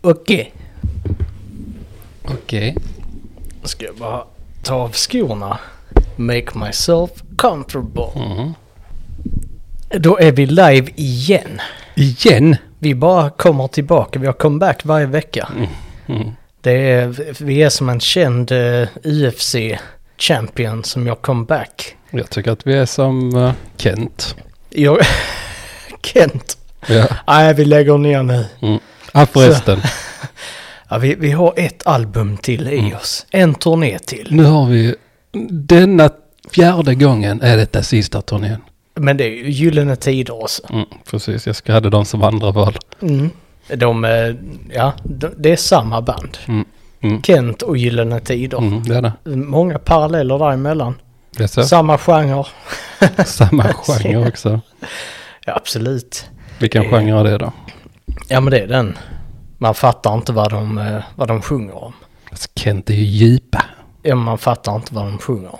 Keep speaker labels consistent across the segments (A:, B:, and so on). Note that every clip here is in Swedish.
A: Okej.
B: Okej.
A: Nu ska jag bara ta av skorna. Make myself comfortable.
B: Mhm.
A: Då är vi live igen.
B: Igen?
A: Vi bara kommer tillbaka. Vi har comeback varje vecka.
B: Mm.
A: Det är, vi är som en känd eh, UFC-champion som gör comeback.
B: Jag tycker att vi är som eh, Kent.
A: Jag... Kent.
B: Ja.
A: Nej, vi lägger ner nu.
B: Ah, förresten,
A: Ja, vi, vi har ett album till i oss. En turné till.
B: nu har vi ju- denna fjärde gången är detta sista turnén.
A: Men det är ju Gyllene Tider också.
B: Mm, precis, jag ska- hade dem som andra val.
A: Mm. De, eh, ja, de, det är samma band.
B: Mm. Mm.
A: Kent och Gyllene Tider.
B: Mm, det är det.
A: Många paralleller däremellan.
B: Det är så.
A: Samma genre.
B: Samma genre också.
A: Ja, absolut.
B: Vilken
A: Eh.
B: genre är det då?
A: Ja, men det är den. Man fattar inte vad de, eh, vad de sjunger om.
B: Alltså, Kent är ju djupa.
A: Ja, men man fattar inte vad de sjunger om.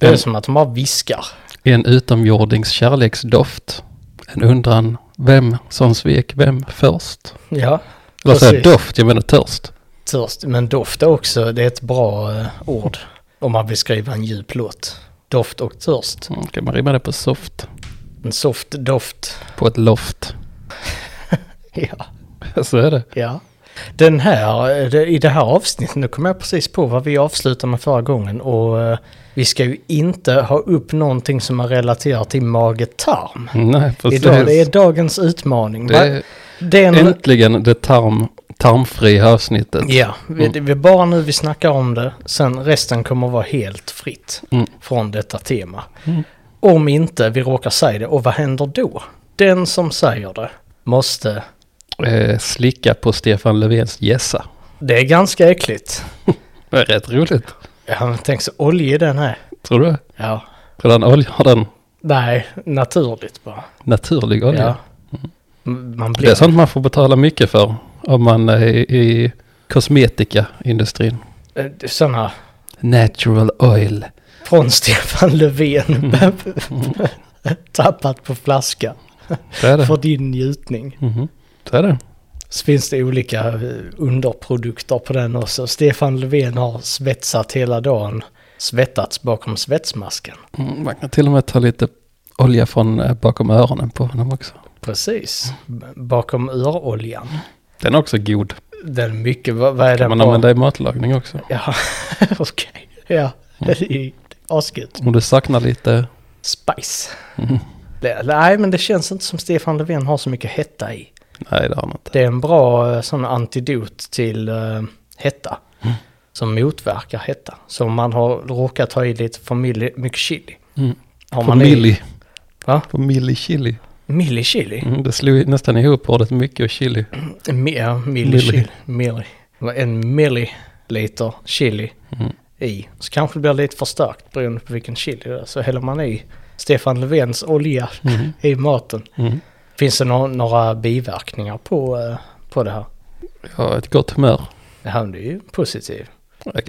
A: Det är
B: En-
A: som att de bara viskar.
B: En utomjordings kärleksdoft. En undran, vem som svek vem först?
A: Ja,
B: Eller säger
A: Precis.
B: doft, jag menar törst.
A: törst. Men doft är också, det är ett bra eh, ord om man vill skriva en djup låt. Doft och törst.
B: Mm, kan man rimma det på soft?
A: En soft doft.
B: På ett loft.
A: Ja.
B: Så är det.
A: ja. Den här, eh, det- i det här avsnittet, nu kom jag precis på vad vi avslutade med förra gången och eh, vi ska ju inte ha upp någonting som är relaterat till mage-tarm.
B: Nej, precis.
A: Idag, det är dagens utmaning.
B: Det
A: Va?
B: är
A: det är en...
B: äntligen det tarm, tarmfria avsnittet.
A: Ja, vi,
B: Mm.
A: det- vi bara nu vi snackar om det. Sen resten kommer vara helt fritt
B: Mm.
A: från detta tema.
B: Mm.
A: Om inte vi råkar säga det, och vad händer då? Den som säger det måste...
B: Eh, slicka på Stefan Löfvens gässa.
A: Det är ganska äckligt.
B: Det är rätt roligt.
A: Ja, men tänk så olja i den här.
B: Tror du?
A: Ja.
B: Tror du han oljar den
A: Nej, naturligt bara.
B: naturlig olja?
A: Ja. M- Man
B: Mm. Det är
A: blir...
B: sånt man får betala mycket för om man är i, i kosmetikaindustrin.
A: eh, Sådana...
B: Natural oil.
A: Från Stefan Löfven.
B: Mm.
A: Tappat på flaska.
B: Det är det.
A: För din njutning.
B: Mhm. Det är det.
A: Så finns det olika eh, underprodukter på den också. Stefan Löfven har svetsat hela dagen. Svettats bakom svetsmasken.
B: Mm, Man kan till och med ta lite olja från eh, bakom öronen på honom också.
A: Precis. B- Bakom öroljan.
B: Den är också god.
A: Den är mycket, vad, vad är
B: Kan
A: den
B: man
A: bra?
B: använda Mm. i matlagning också.
A: Ja, okej. Ja, det är asgött.
B: Om du saknar lite
A: Spice.
B: Mhm.
A: Det- Nej, men det känns inte som Stefan Löfven har så mycket hetta i.
B: Nej, det har man inte.
A: Det är en bra eh, sån antidot till eh, hetta.
B: Mm.
A: Som motverkar hetta. Så om man har råkat ha i lite för milli- mycket chili.
B: Mm.
A: Har
B: På
A: man i-
B: milli.
A: Va?
B: På milli chili.
A: Milli chili? Eh,
B: Mm, det slog nästan ihop ordet mycket och chili.
A: Mi- Ja, milli,
B: Milli.
A: chili. Milli. Vad En milliliter chili
B: Mm.
A: i. Så kanske det blir lite för starkt beroende på vilken chili det är. Så häller man i Stefan Löfvens olja
B: Mm.
A: i maten.
B: Mm.
A: Finns det nå- några biverkningar på, eh, på det här?
B: Ja, ett gott humör.
A: Det här är ju positiv.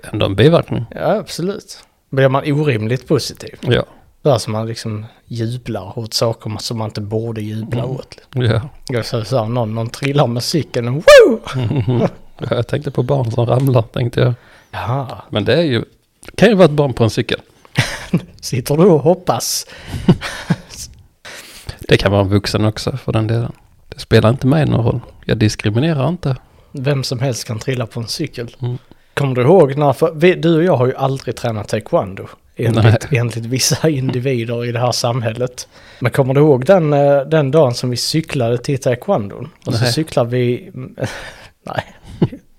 B: Ändå en biverkning.
A: Ja, absolut. Blir man orimligt positiv?
B: Ja.
A: Där som man liksom jublar åt saker som man inte borde jubla åt.
B: Ja.
A: Jag säger så här, någon, någon trillar med cykeln och woo!
B: Mhm. ja. Jag tänkte på barn som ramlar, tänkte jag.
A: Jaha,
B: Men det är ju... Det kan ju vara ett barn på en cykel.
A: sitter du och hoppas?
B: Det kan vara en vuxen också, för den delen. Det spelar inte mig någon roll. Jag diskriminerar inte.
A: Vem som helst kan trilla på en cykel.
B: Mm.
A: Kommer du ihåg när, för, vi, du och jag har ju aldrig tränat taekwondo. Enligt,
B: Nej.
A: enligt vissa individer i det här samhället. Men kommer du ihåg den, eh, den dagen som vi cyklade till taekwondon? Och så
B: Nej.
A: cyklade vi... Nej,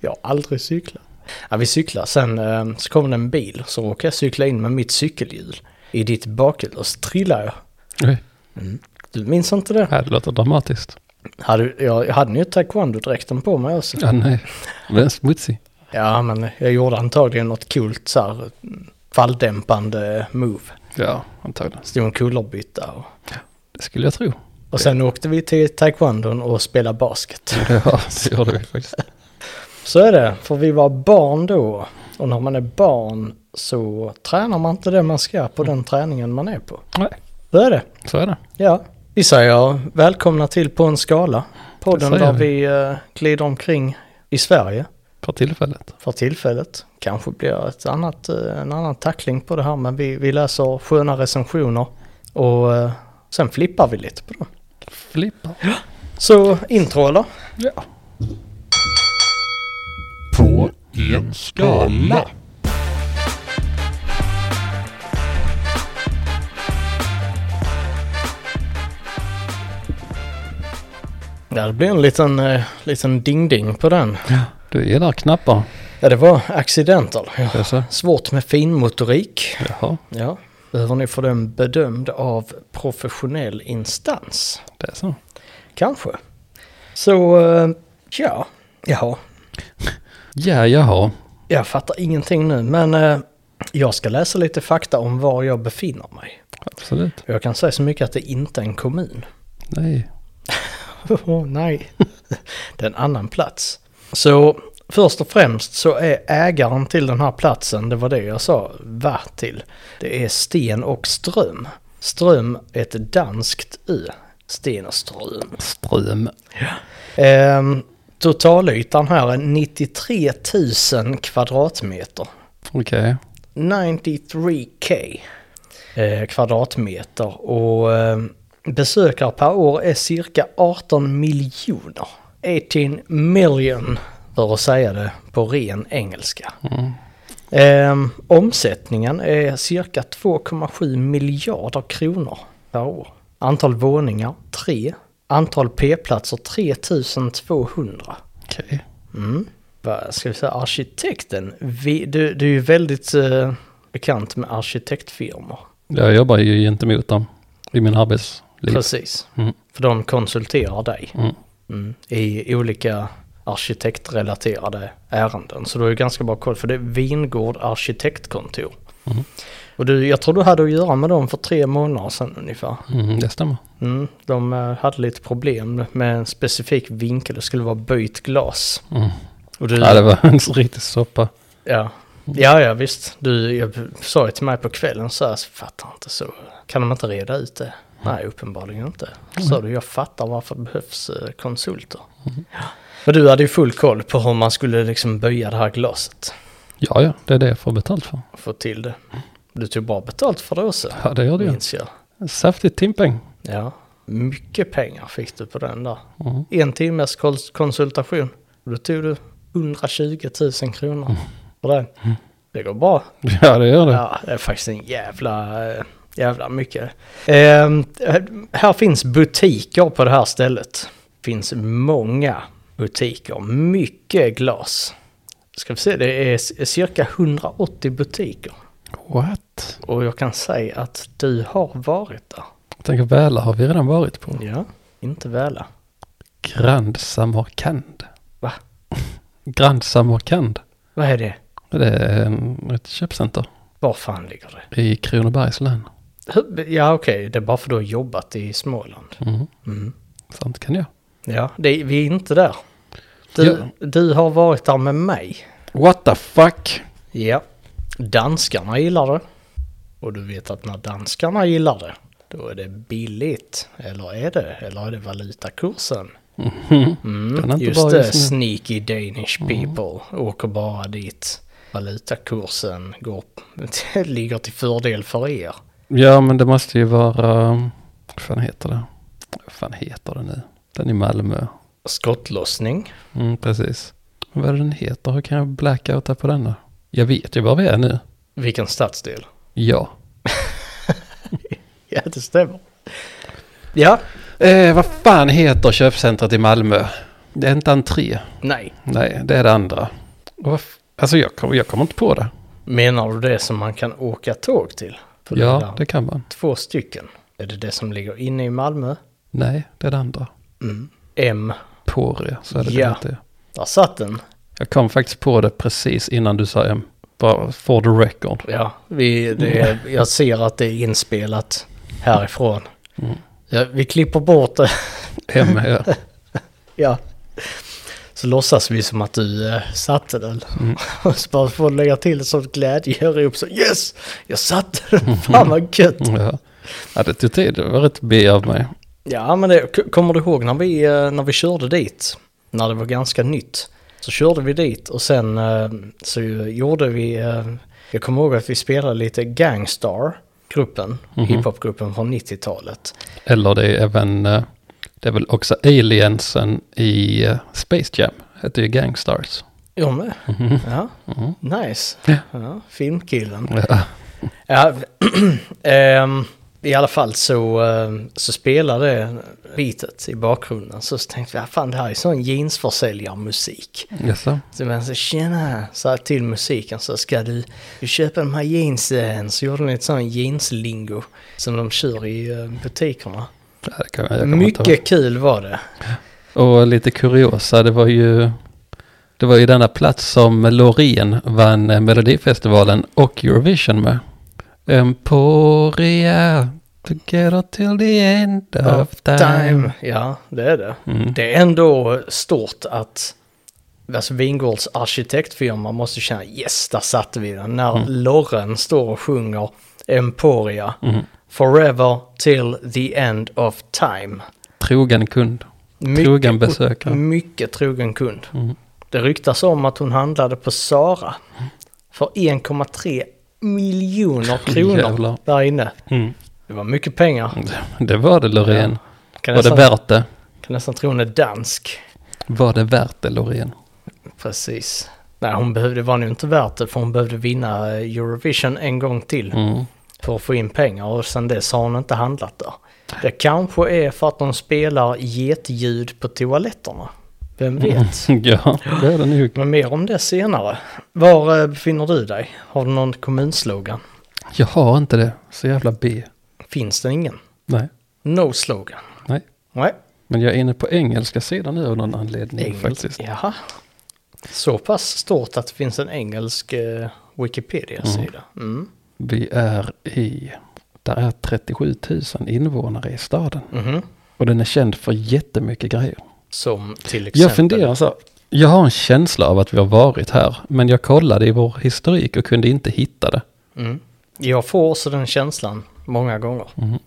A: jag har aldrig cyklat. Ja, vi cyklade, sen eh, så kom det en bil. Så råkade jag cykla in med mitt cykelhjul i ditt bakhjul och så trillade jag. Mm.
B: Oj.
A: Du minns inte det?
B: Ja, Äh, det låter dramatiskt.
A: Hade, jag, jag hade ju taekwondo-dräkten på mig också.
B: Ja, nej. Den är smutsig.
A: Ja, men jag gjorde antagligen något coolt så här falldämpande move.
B: Ja, antagligen.
A: Stod en kullerbytta och...
B: Det skulle jag tro.
A: Och sen åkte vi till taekwondon och spelade basket.
B: Ja, det gjorde vi faktiskt.
A: Så är det, för vi var barn då. Och när man är barn så tränar man inte det man ska på den träningen man är på.
B: Nej,
A: Så är det,
B: så är det.
A: ja. Vi säger välkomna till På en skala. Podden
B: Det säger
A: där vi eh, glider omkring i Sverige
B: för tillfället.
A: för tillfället. Kanske blir ett annat, eh, en annan tackling på det här men vi, vi läser sköna recensioner och eh, sen flippar vi lite på dem.
B: Flippa.
A: Så intro eller?
B: Ja.
C: på en skala.
A: Ja, det blir en liten, eh, liten ding-ding på den.
B: Du gillar knappar.
A: Ja, det var accidental. Ja.
B: Jaså?
A: Svårt med finmotorik.
B: Jaha,
A: Ja. Behöver ni få den bedömd av professionell instans?
B: det är så.
A: Kanske. Så, eh, ja. Jaha.
B: Ja, jaha.
A: Jag fattar ingenting nu, men eh, jag ska läsa lite fakta om var jag befinner mig.
B: Absolut.
A: Jag kan säga så mycket att det inte är en kommun.
B: Nej.
A: Åh nej. det är en annan plats. Så först och främst så är ägaren till den här platsen, det var det jag sa, Vartil. Det är Sten och Ström. Ström är ett danskt ö. Sten och Ström.
B: Ström.
A: Ehm, totalytan här är 93 000 kvadratmeter.
B: Okej.
A: 93k eh, kvadratmeter och eh, besökare per år är cirka 18 miljoner. 18 million för att säga det på ren engelska.
B: Mm.
A: Eh, omsättningen är cirka 2,7 miljarder kronor per år. Antal våningar 3. Antal p-platser 3200.
B: Okej.
A: Mm. Vad ska vi säga, arkitekten? Vi, du, du är ju väldigt eh, bekant med arkitektfirmor.
B: Jag jobbar ju gentemot dem i min arbetsliv.
A: Precis.
B: Mm.
A: För de konsulterar dig
B: Mm.
A: mm, i olika arkitektrelaterade ärenden. Så du har ju ganska bra koll, för det är Vingård arkitektkontor.
B: Mm.
A: Och du, jag tror du hade att göra med dem för tre månader sedan ungefär.
B: Mm, det stämmer.
A: Mm, de eh, hade lite problem med en specifik vinkel, det skulle vara böjt glas.
B: Mm.
A: Och du,
B: Ja, det var en riktig soppa.
A: Ja. Ja, ja visst. Du jag sa ju till mig på kvällen så här, så fattar inte så. Kan de inte reda ut det? Nej, uppenbarligen inte. Sa du, jag fattar varför det behövs eh, konsulter.
B: Mm.
A: Ja. Men du hade ju full koll på hur man skulle liksom böja det här glaset.
B: Ja, ja, det är det jag får betalt för.
A: och Få till det. Du tog bra betalt för det också.
B: Ja, det gör du ju.
A: Minns jag.
B: Saftigt timpeng.
A: Ja. Mycket pengar fick du på den där.
B: Mm.
A: En timmes kons- konsultation. Då tog du 120 000 kronor
B: Mm.
A: för den. Det går bra.
B: Ja, det gör det.
A: Ja, det är faktiskt en jävla, eh, jävla mycket. Ehm, här finns butiker på det här stället. Finns många butiker, mycket glas. Ska vi se, det är c- cirka 180 butiker.
B: What?
A: Och jag kan säga att du har varit där.
B: Jag tänker Väla har vi redan varit på.
A: Ja, inte väl.
B: Grand Samarkand.
A: Va?
B: Grand Samarkand.
A: Vad är det?
B: Det är en- ett köpcenter
A: Var fan ligger det?
B: i Kronobergs län.
A: Hur- Ja, okej, det är bara för att du har jobbat i Småland.
B: Mm.
A: Mm.
B: Sånt kan jag.
A: Ja, det, vi är inte där. Du, du har varit där med mig.
B: What the fuck?
A: Ja, danskarna gillar det. Och du vet att när danskarna gillar det, då är det billigt. Eller är det? Eller är det valutakursen?
B: Mm-hmm.
A: Mm.
B: Kan inte
A: Just
B: vara
A: det,
B: just
A: sneaky Danish people åker bara dit. Valutakursen går, ligger till fördel för er.
B: Ja, men det måste ju vara... um, Vad fan heter det? Vad fan heter det nu? Den i Malmö.
A: Skottlossning.
B: Mm, precis. Vad är det den heter? Hur kan jag blackouta på denna? Jag vet ju var vi är nu.
A: Vilken stadsdel?
B: Ja.
A: Ja, det stämmer. Ja,
B: Eh, vad fan heter köpcentret i Malmö? Det är inte entré.
A: nej.
B: Nej, det är det andra. Och vad f- alltså jag, kom, jag kommer inte på det.
A: Menar du det som man kan åka tåg till? För det
B: ja,
A: där-
B: det kan man.
A: Två stycken. Är det det som ligger inne i Malmö?
B: Nej, det är det andra.
A: M.
B: Påre, så är det
A: Ja.
B: det inte.
A: Där satt den.
B: Jag kom faktiskt på det precis innan du sa M. Bara for the record.
A: Ja, vi, det är, jag ser att det är inspelat härifrån. Ja, vi klipper bort det.
B: M är jag.
A: Ja. Så låtsas vi som att du eh, satte den. Och så bara får du lägga till ett sånt glädjerop så yes! Jag satte den, fan vad gött!
B: Ja. ja, det tog tid. Det var rätt B av mig.
A: Ja men det, k- kommer du ihåg när vi, eh, när vi körde dit? När det var ganska nytt. Så körde vi dit och sen eh, så gjorde vi, eh, jag kommer ihåg att vi spelade lite Gangstar, gruppen,
B: Mhm.
A: hiphopgruppen från 90-talet.
B: Eller det är även, eh, det är väl också aliensen i eh, Space Jam, heter ju Gangstars.
A: Jag med.
B: Mhm.
A: Ja,
B: Mhm.
A: nice.
B: Ja.
A: Ja, filmkillen.
B: Ja.
A: Ja, ehm, I alla fall så, ehm, så spelade bitet i bakgrunden. Så tänkte jag, fan det här är sån jeansförsäljarmusik.
B: Jaså?
A: Så man så tjena, sa jag till musiken så ska du, du köpa de här jeansen. Så gjorde de ett sån jeanslingo som de kör i eh, butikerna.
B: Ja, det kan jag- jag kommer inte ihåg.
A: Mycket kul var det.
B: Och lite kuriosa, det var ju det var ju denna plats som Loreen vann eh, Melodifestivalen och Eurovision med. Emporia, together till the end of time.
A: Time. Ja, det är det.
B: Mm.
A: Det är ändå stort att alltså Wingårds arkitektfirma måste känna yes, där satte vi den. När Lorren står och sjunger Emporia,
B: Mm.
A: Forever till the end of time.
B: Trogen kund, Mm. trogen besökare.
A: mycket trogen kund.
B: Mm.
A: Det ryktas om att hon handlade på Sara för 1,3 miljoner kronor
B: Jävlar.
A: där inne.
B: Mm.
A: Det var mycket pengar.
B: Det var det Loreen.
A: Kan
B: Var det
A: nästan,
B: värt det?
A: kan nästan tro hon är dansk.
B: Var det värt det Loreen?
A: Precis. Nej, hon behövde, det var nog inte värt det för hon behövde vinna eh, Eurovision en gång till
B: Mm.
A: för att få in pengar och sen dess har hon inte handlat där. Det kanske är för att de spelar getljud på toaletterna. Vem
B: Mm.
A: vet?
B: Ja, det är det nog.
A: Men mer om det senare. Var eh, befinner du dig? Har du någon kommunslogan?
B: Jag har inte det. Så jävla B.
A: Finns det ingen?
B: Nej,
A: No slogan.
B: nej.
A: Nej.
B: Men jag är inne på engelska sidan nu av någon anledning
A: Engels-
B: Mm, faktiskt.
A: Jaha. Så pass stort att det finns en engelsk eh, Wikipedia-sida. Mm.
B: Vi är i, där är 37 000 invånare i staden.
A: Mhm.
B: Och den är känd för jättemycket grejer.
A: Som till exempel.
B: Jag funderar så här, jag har en känsla av att vi har varit här, men jag kollade i vår historik och kunde inte hitta det.
A: Mm. Jag får också den känslan många gånger.
B: Mm.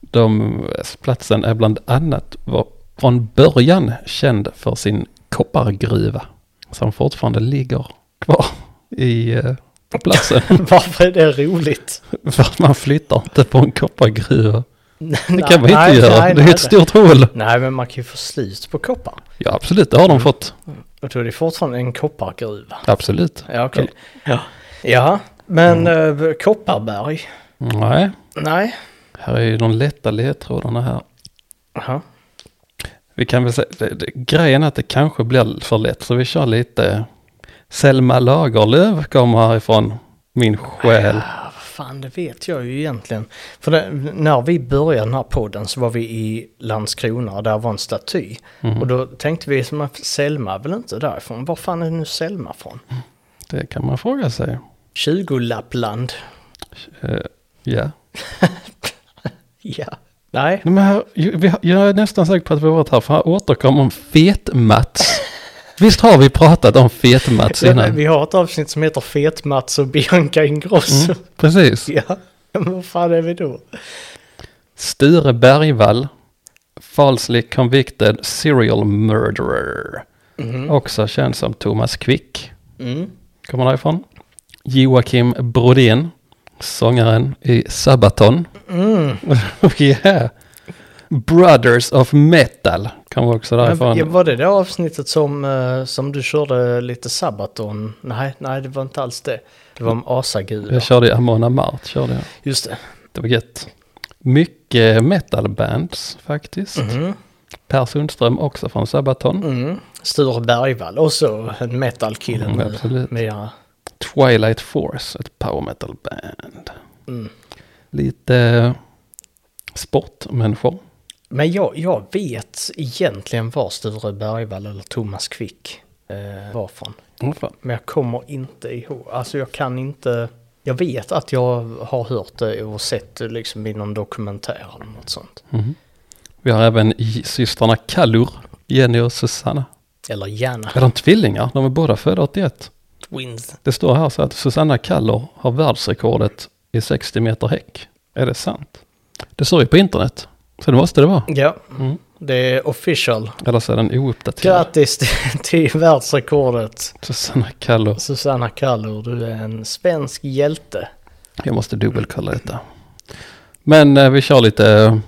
B: De, platsen är bland annat var från början känd för sin koppargruva, som fortfarande ligger kvar i eh, på platsen.
A: Varför är det roligt?
B: för att man flyttar inte på en koppargruva.
A: Nej,
B: Det kan man inte göra, det är ett stort hål.
A: Nej, men man kan ju få slut på koppar.
B: Ja, absolut, det har de fått.
A: Och då är det fortfarande en koppargruva.
B: Absolut.
A: Ja, okej. Ja. ja, men eh, Kopparberg?
B: Nej,
A: Nej.
B: här är ju de lätta ledtrådarna här.
A: Jaha.
B: Vi kan väl säga, det, det, grejen är att det kanske blir för lätt, så vi kör lite. Selma Lagerlöf kommer härifrån, min själ.
A: Ja, Ah, vad fan, det vet jag ju egentligen. För det, när vi började den här podden så var vi i Landskrona och där var en staty. Och då tänkte vi, som att Selma är väl inte därifrån? Var fan är nu Selma från?
B: Det kan man fråga sig.
A: 20-Lappland.
B: Eh, Ja,
A: Ja. Nej,
B: Nej, men här, ju- vi har- jag är nästan säker på att vi har varit här, för här återkommer om Fet-Mats. Visst har vi pratat om Fet-Mats
A: ja, men
B: innan?
A: vi har ett avsnitt som heter Fet-Mats och Bianca Ingrosso.
B: Mm, Precis.
A: Ja, men vad fan är vi då?
B: Sture Bergvall, falsely convicted serial murderer. Också känd som Thomas Quick,
A: Mm.
B: kommer därifrån. Joakim Brodén, sångaren i Sabaton. yeah. Brothers of Metal, kommer också därifrån.
A: Men, ja, var det det avsnittet som, eh, som du körde lite Sabaton? Nej, nej, det var inte alls det. Det var om asagudar.
B: Jag körde i Amon Amart, körde jag.
A: Just det.
B: Det var gött. Mycket metalbands faktiskt. Per Sundström också från Sabaton.
A: Mm. Sture Bergvall och så en metalkille
B: Mm,
A: nu.
B: absolut.
A: Mera.
B: Twilight Force, ett power metal band. Lite sportmänniskor.
A: Men jag, jag vet egentligen var Sture Bergvall eller Thomas Quick eh, var från.
B: Åh, fan.
A: Men jag kommer inte ihåg. Alltså jag kan inte. Jag vet att jag har hört det och sett det liksom i någon dokumentär eller något sånt.
B: Vi har även J- systrarna Kallur, Jenny och Susanna.
A: Eller gärna
B: Är de tvillingar? De är båda födda 81.
A: Twins.
B: Det står här så att Susanna Kallur har världsrekordet i 60 meter häck. Är det sant? Det står ju på internet, så det måste det vara.
A: Ja, Det är official.
B: Eller så är den ouppdaterad.
A: Grattis till, till världsrekordet
B: Susanna Kallur.
A: Susanna Kallur. Du är en svensk hjälte.
B: Jag måste dubbelkolla detta. Men eh, vi kör lite... eh,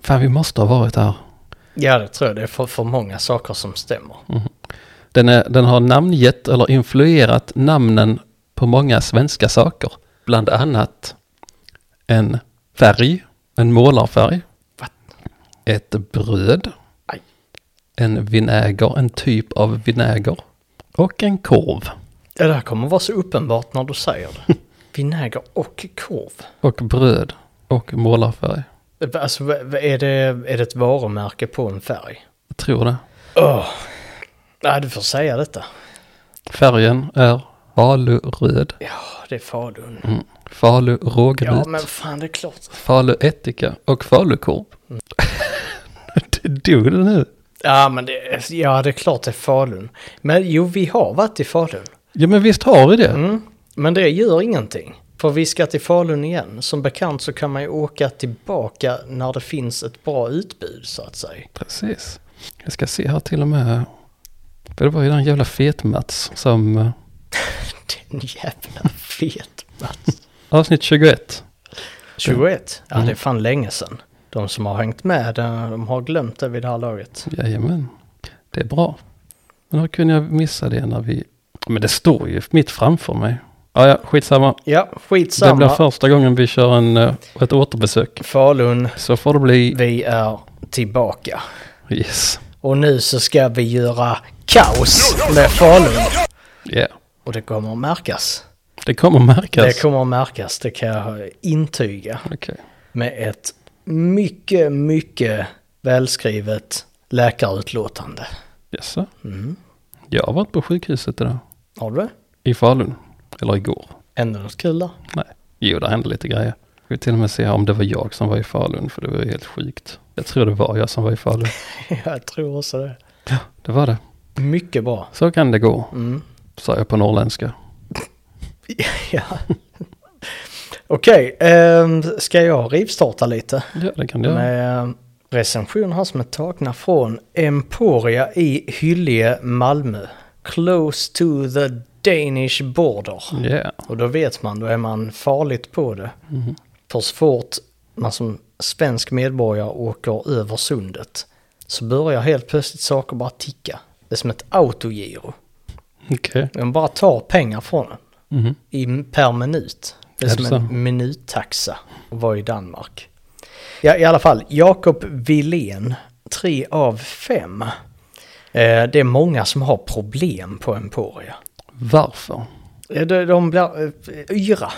B: Fan, vi måste ha varit här.
A: Ja, det tror jag. Det är för, för många saker som stämmer.
B: Den, är, den har namngett eller influerat namnen på många svenska saker. Bland annat en färg, en målarfärg.
A: Vad?
B: Ett bröd.
A: Aj.
B: En vinäger, en typ av vinäger. Och en korv.
A: Ja, det här kommer vara så uppenbart när du säger det. Vinäger och korv.
B: Och bröd. Och målarfärg.
A: Alltså, vad- vad är det, är det ett varumärke på en färg?
B: Jag tror det.
A: Åh, Nej, du får säga detta.
B: Färgen är faluröd.
A: Ja, det är Falun.
B: Mm. Falu
A: Ja,
B: rågvit.
A: men fan det är klart.
B: Falu ättika och falukorv. Mm. det dog det nu.
A: Ja, men det, ja, det är klart det är Falun. Men jo, vi har varit i Falun.
B: Ja men visst har vi det.
A: Mm. Men det gör ingenting. För vi ska till Falun igen. Som bekant så kan man ju åka tillbaka när det finns ett bra utbud så att säga.
B: Precis. Jag ska se här till och med. För det var ju den jävla fet-Mats som eh,
A: Den jävla fet Mats.
B: avsnitt 21.
A: 21? Ja,
B: Mm.
A: det är fan länge sedan. De som har hängt med, eh, de har glömt det vid det här laget.
B: Jajamän. Det är bra. Men hur kunde jag missa det när vi... Men det står ju mitt framför mig. Ja, ja, skitsamma.
A: Ja,
B: Det blir
A: skitsamma.
B: första gången vi kör en, eh, ett återbesök.
A: Falun,
B: Så får det bli.
A: vi är tillbaka.
B: Yes.
A: Och nu så ska vi göra kaos med Falun.
B: Yeah.
A: Och det kommer att märkas.
B: Det kommer märkas.
A: Det kommer att märkas, det kan jag intyga.
B: Okej.
A: Med ett mycket, mycket välskrivet läkarutlåtande.
B: Jaså?
A: Mm.
B: Jag har varit på sjukhuset idag.
A: Har du det?
B: I Falun. Eller igår.
A: Ändå något kul där?
B: Nej. Jo, det hände lite grejer. Jag vill till och med se om det var jag som var i Falun, för det var ju helt sjukt. Jag tror det var jag som var i Falun.
A: jag tror också det.
B: Ja, det var det.
A: Mycket bra.
B: Så kan det gå,
A: Mm.
B: sa jag på norrländska.
A: ja. Okej, ehm, ska jag rivstarta lite?
B: Ja, det kan det göra.
A: Med ehm, recension här som är tagna från Emporia i Hyllie, Malmö. Close to the Danish border.
B: Ja,
A: Och då vet man, då är man farligt på det.
B: Mhm.
A: För så fort man som svensk medborgare åker över sundet så börjar helt plötsligt saker bara ticka. Det är som ett autogiro.
B: okej.
A: De bara tar pengar från en
B: Mhm.
A: i, per minut. Det är,
B: Är det
A: som
B: så?
A: en minuttaxa att vara i Danmark. Ja, i alla fall, Jakob Wilén, tre av fem. Eh, det är många som har problem på Emporia.
B: Varför?
A: Eh, De, de blir eh, yra,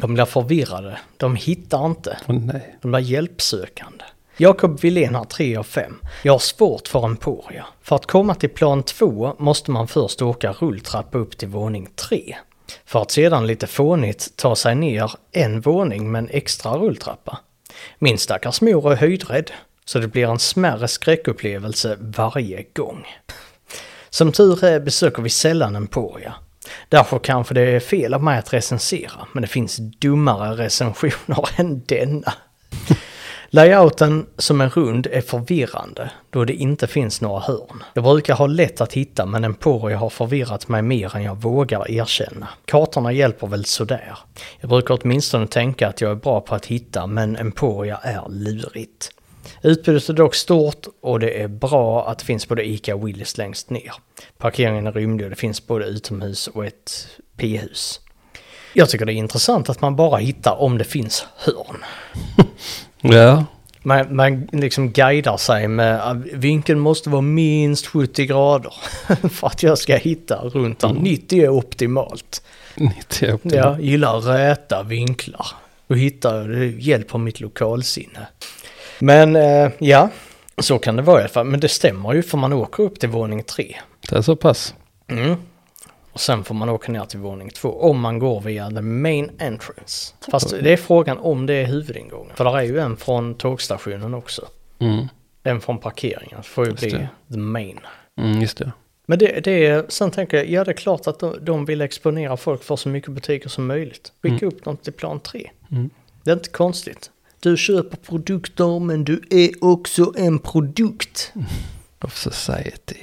A: de blir förvirrade, de hittar inte,
B: Åh nej.
A: de blir hjälpsökande. Jakob Wilén har tre av fem. Jag har svårt för Emporia. För att komma till plan två måste man först åka rulltrappa upp till våning tre. För att sedan lite fånigt ta sig ner en våning med en extra rulltrappa. Min stackars mor är höjdrädd, så det blir en smärre skräckupplevelse varje gång. Som tur är besöker vi sällan Emporia. Därför kanske det är fel av mig att recensera, men det finns dummare recensioner än denna. Layouten som är rund är förvirrande då det inte finns några hörn. Jag brukar ha lätt att hitta men Emporia har förvirrat mig mer än jag vågar erkänna. Kartorna hjälper väl sådär. Jag brukar åtminstone tänka att jag är bra på att hitta men Emporia är lurigt. Utbudet är dock stort och det är bra att det finns både ICA och Willys längst ner. Parkeringen är rymlig och det finns både utomhus och ett p-hus. Jag tycker det är intressant att man bara hittar om det finns hörn.
B: Ja,
A: Man, man liksom guidar sig med att vinkeln måste vara minst 70 grader för att jag ska hitta runt där. 90 är optimalt.
B: 90 upp till.
A: Jag gillar räta vinklar. Då hittar jag det hjälper mitt lokalsinne. Men eh, ja, så kan det vara i alla fall. Men det stämmer ju för man åker upp till våning tre.
B: Det är så pass.
A: Mm. Och sen får man åka ner till våning två om man går via the main entrance. Fast det är frågan om det är huvudingången. För där är ju en från tågstationen också.
B: Mm.
A: En från parkeringen får ju
B: Just
A: bli
B: det.
A: the main.
B: Mm, just det.
A: Men det, det är, sen tänker jag, ja det är klart att de, de vill exponera folk för så mycket butiker som möjligt. Skicka upp dem till plan 3.
B: Mm.
A: Det är inte konstigt. Du köper produkter men du är också en produkt.
B: Mm. of society.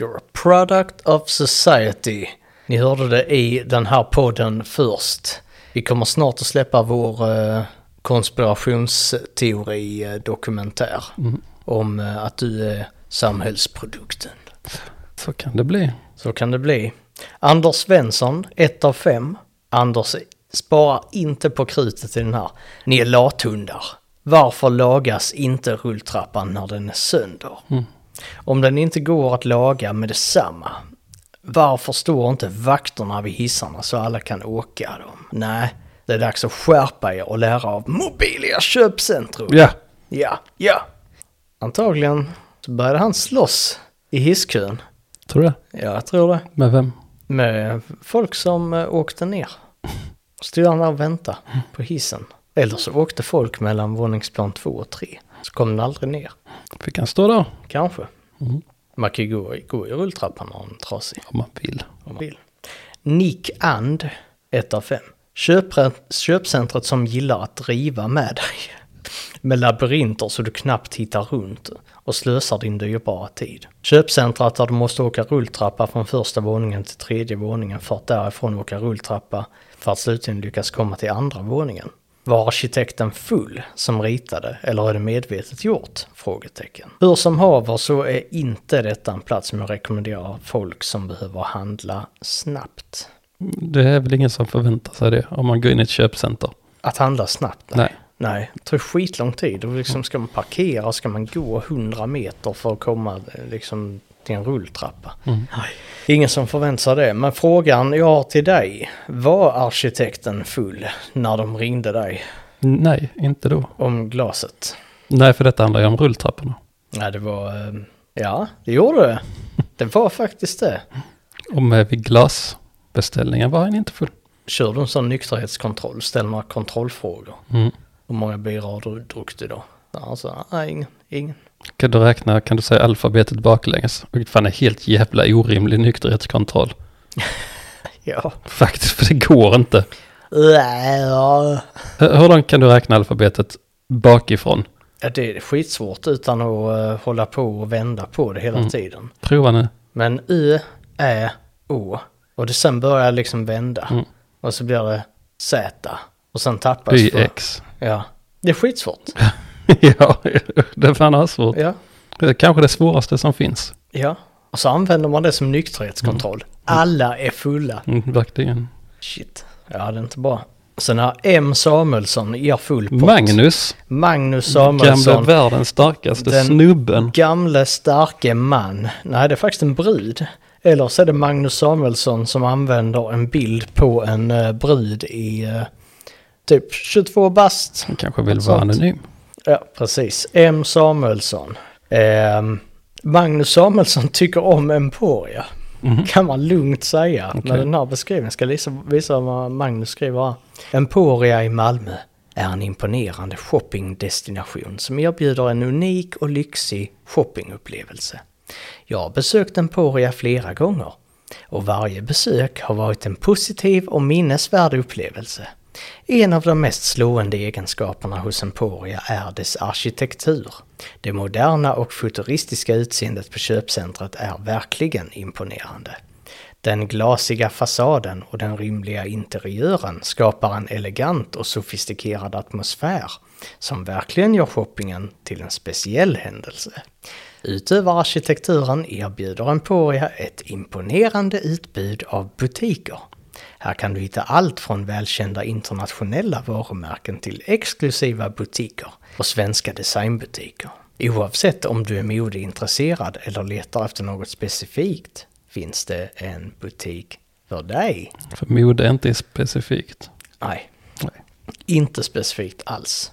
A: You're a product of society. Ni hörde det i den här podden först. Vi kommer snart att släppa vår eh, konspirationsteori-dokumentär
B: Mm.
A: om eh, att du är samhällsprodukten.
B: Så kan det bli.
A: Så kan det bli. Anders Svensson, 1 av 5. Anders sparar inte på krutet i den här. Ni är lathundar. Varför lagas inte rulltrappan när den är sönder? Om den inte går att laga med detsamma, varför står inte vakterna vid hissarna så alla kan åka dem? Nej, det är dags att skärpa er och lära av Mobilia köpcentrum.
B: Ja,
A: ja. ja. Antagligen så började han slåss i hisskön.
B: tror jag.
A: Ja, jag tror det.
B: Med vem?
A: Med folk som eh, åkte ner. Stod han där och väntade på hissen. Eller så åkte folk mellan våningsplan två och tre. Så kom den aldrig ner.
B: Fick han stå där?
A: Kanske. Man kan ju gå, i- gå i rulltrappan om den är trasig.
B: Om man vill.
A: Om man vill. Nick And, 1 av 5. Köpre- Köpcentret som gillar att driva med dig. Med labyrinter så du knappt hittar runt och slösar din dyrbara tid. Köpcentret där du måste åka rulltrappa från första våningen till tredje våningen för att därifrån åka rulltrappa för att slutligen lyckas komma till andra våningen. Var arkitekten full som ritade eller är det medvetet gjort? Frågetecken. Hur som haver så är inte detta en plats som jag rekommenderar folk som behöver handla snabbt.
B: Det är väl ingen som förväntar sig det om man går in i ett köpcenter.
A: Att handla snabbt?
B: Nej.
A: Nej, det tar skitlång tid. Och liksom ska man parkera ska man gå 100 meter för att komma eh, liksom, till en rulltrappa. Nej. Det är Ingen som förväntar sig det. Men frågan jag har till dig. Var arkitekten full när de ringde dig
B: Nej, inte då.
A: om glaset?
B: Nej, för detta handlar ju om rulltrapporna.
A: Nej, det var... eh, Ja, det gjorde det. Det var faktiskt det.
B: Om eh, vid glasbeställningen var han inte full.
A: Kör du en sån nykterhetskontroll? Ställ några kontrollfrågor.
B: Mm.
A: Hur många bira har du druckit idag? Alltså, nej, ingen. ingen.
B: Kan du räkna, kan du säga alfabetet baklänges? Vilket fan är helt jävla orimlig nykterhetskontroll.
A: Ja.
B: Faktiskt, för det går inte.
A: Ja,
B: Eh, Hur långt kan du räkna alfabetet bakifrån?
A: det är skitsvårt utan att eh, hålla på och vända på det hela tiden.
B: Prova nu.
A: Men Ö, Ä, Å. Och det sen börjar liksom vända. Och så blir det Z. Och sen tappas för-
B: YX.
A: Ja. Det är skitsvårt.
B: ja, det är fan svårt.
A: ja.
B: Det är kanske det svåraste som finns.
A: Ja. Och så använder man det som nykterhetskontroll. Alla är fulla.
B: Mm, verkligen.
A: Shit. Ja, det är inte bra. Sen har M. Samuelsson, er full pott.
B: Magnus,
A: Magnus
B: gamla
A: Samuelsson.
B: världens starkaste
A: Den-
B: snubben.
A: Gamle starke man. Nej, det är faktiskt en brud. Eller så är det Magnus Samuelsson som använder en bild på en eh, brud i eh, typ 22 bast.
B: Han kanske vill
A: Något
B: vara
A: sånt.
B: anonym.
A: Ja, precis. M. Samuelsson. Ehm, Magnus Samuelsson tycker om Emporia. Kan man lugnt säga. Med den här beskrivningen ska visa, visa vad Magnus skriver här. Emporia i Malmö är en imponerande shoppingdestination som erbjuder en unik och lyxig shoppingupplevelse. Jag har besökt Emporia flera gånger och varje besök har varit en positiv och minnesvärd upplevelse. En av de mest slående egenskaperna hos Emporia är dess arkitektur. Det moderna och futuristiska utseendet på köpcentret är verkligen imponerande. Den glasiga fasaden och den rymliga interiören skapar en elegant och sofistikerad atmosfär som verkligen gör shoppingen till en speciell händelse. Utöver arkitekturen erbjuder Emporia ett imponerande utbud av butiker. Här kan du hitta allt från välkända internationella varumärken till exklusiva butiker och svenska designbutiker. Oavsett om du är modeintresserad eller letar efter något specifikt finns det en butik för dig.
B: För mode är inte specifikt.
A: Nej,
B: Nej.
A: inte specifikt alls.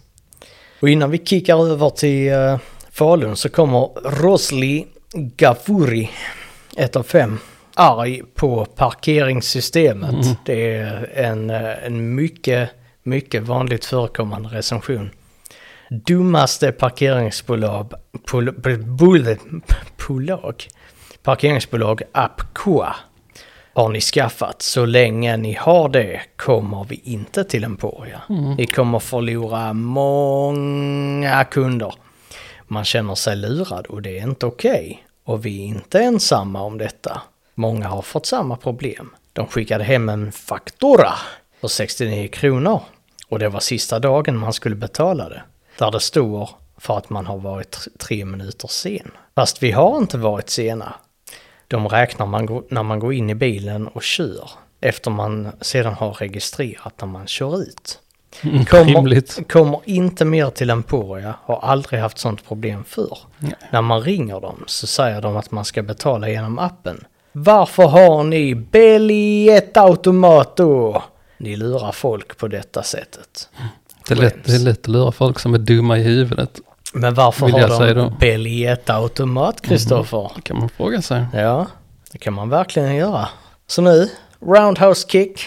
A: Och innan vi kickar över till eh, Falun så kommer Rosli Gafuri, ett av fem, arg på parkeringssystemet. Det är en, eh, en mycket, mycket vanligt förekommande recension. Dummaste parkeringsbolag, pol, pol, bolag, parkeringsbolag Apcoa. har ni skaffat. Så länge ni har det kommer vi inte till Emporia. Ni kommer förlora många kunder. Man känner sig lurad och det är inte okej. Och vi är inte ensamma om detta. Många har fått samma problem. De skickade hem en faktura för 69 kronor. Och det var sista dagen man skulle betala det. Där det står för att man har varit tr- tre minuter sen. Fast vi har inte varit sena. De räknar man går- när man går in i bilen och kör. Efter man sedan har registrerat när man kör ut.
B: rimligt.
A: Kommer, kommer inte mer till Emporia, har aldrig haft sånt problem förr. När man ringer dem så säger de att man ska betala genom appen. Varför har ni biljettautomat då? Ni lurar folk på detta sättet.
B: Det är, lätt, det är lätt att lura folk som är dumma i huvudet.
A: Men varför
B: Vill jag
A: har
B: säga
A: de
B: då? Mhm.
A: biljettautomat, Kristoffer?
B: Det kan man fråga sig.
A: Ja, det kan man verkligen göra. Så nu, roundhouse kick.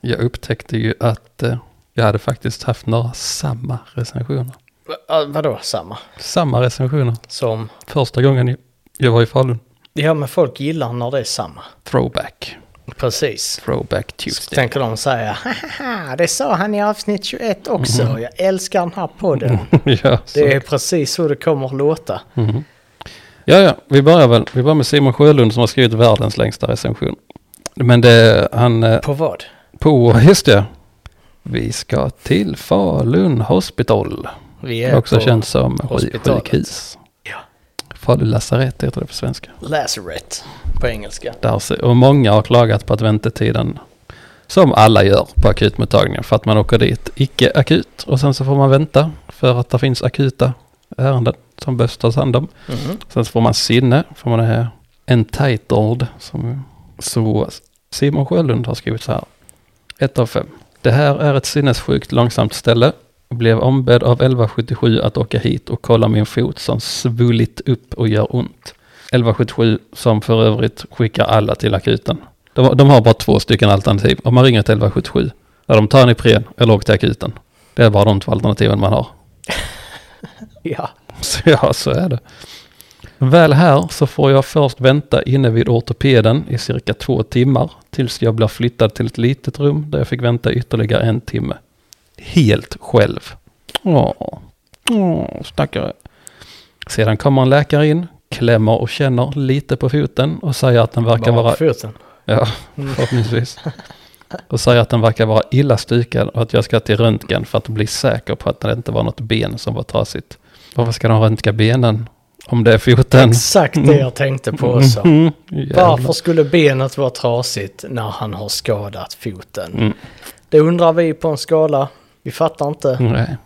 B: Jag upptäckte ju att eh, jag hade faktiskt haft några samma recensioner.
A: Va- ja, Vadå samma?
B: Samma recensioner.
A: Som,
B: Första gången jag- jag var i Falun.
A: ja men folk gillar när det är samma.
B: Throwback.
A: Precis.
B: Throwback Tuesday.
A: Tänker de säga, haha, det sa han i avsnitt 21 också, jag älskar den här podden.
B: ja, Mm. så. Mhm.
A: Det är precis så det kommer att låta.
B: ja, ja, vi börjar väl. Vi börjar med Simon Sjölund som har skrivit världens längsta recension. Men det, han, eh,
A: På vad?
B: på, just det. Vi ska till Falun Hospital.
A: Vi
B: Det är också
A: på
B: känt som sj-
A: hospitalet.
B: sjukhus.
A: Ja.
B: Falu lasarett heter det på svenska.
A: Lazarett på engelska.
B: Där, se- och många har klagat på att väntetiden, som alla gör på akutmottagningen, för att man åker dit icke akut och sen så får man vänta för att det finns akuta ärenden som behövs tas hand om.
A: Mhm.
B: Sen så får man sinne, får man det här entitled. Som, så Simon Sjölund har skrivit så här. 1 av 5. Det här är ett sinnessjukt långsamt ställe. Blev ombedd av 1177 att åka hit och kolla min fot som svullit upp och gör ont. 1177 som för övrigt skickar alla till akuten. De, de har bara två stycken alternativ. Om man ringer till 1177, ja de tar en Ipren eller åker till akuten. Det är bara de två alternativen man har.
A: Ja.
B: Så ja, så är det. Väl här så får jag först vänta inne vid ortopeden i cirka två timmar tills jag blir flyttad till ett litet rum där jag fick vänta ytterligare en timme. Helt själv. Åh, åh stackare. Sedan kommer en läkare in, klämmer och känner lite på foten och säger att den verkar
A: Bara
B: vara...
A: på foten.
B: Ja, förhoppningsvis. Och säger att den verkar vara illa stukad och att jag ska till röntgen för att bli säker på att det inte var något ben som var trasigt. Varför ska de röntga benen? Om det är foten?
A: Exakt det jag tänkte på också.
B: Mm, jävlar.
A: Varför skulle benet vara trasigt när han har skadat foten?
B: Mm.
A: Det undrar vi på en skala. Vi fattar inte.
B: Nej,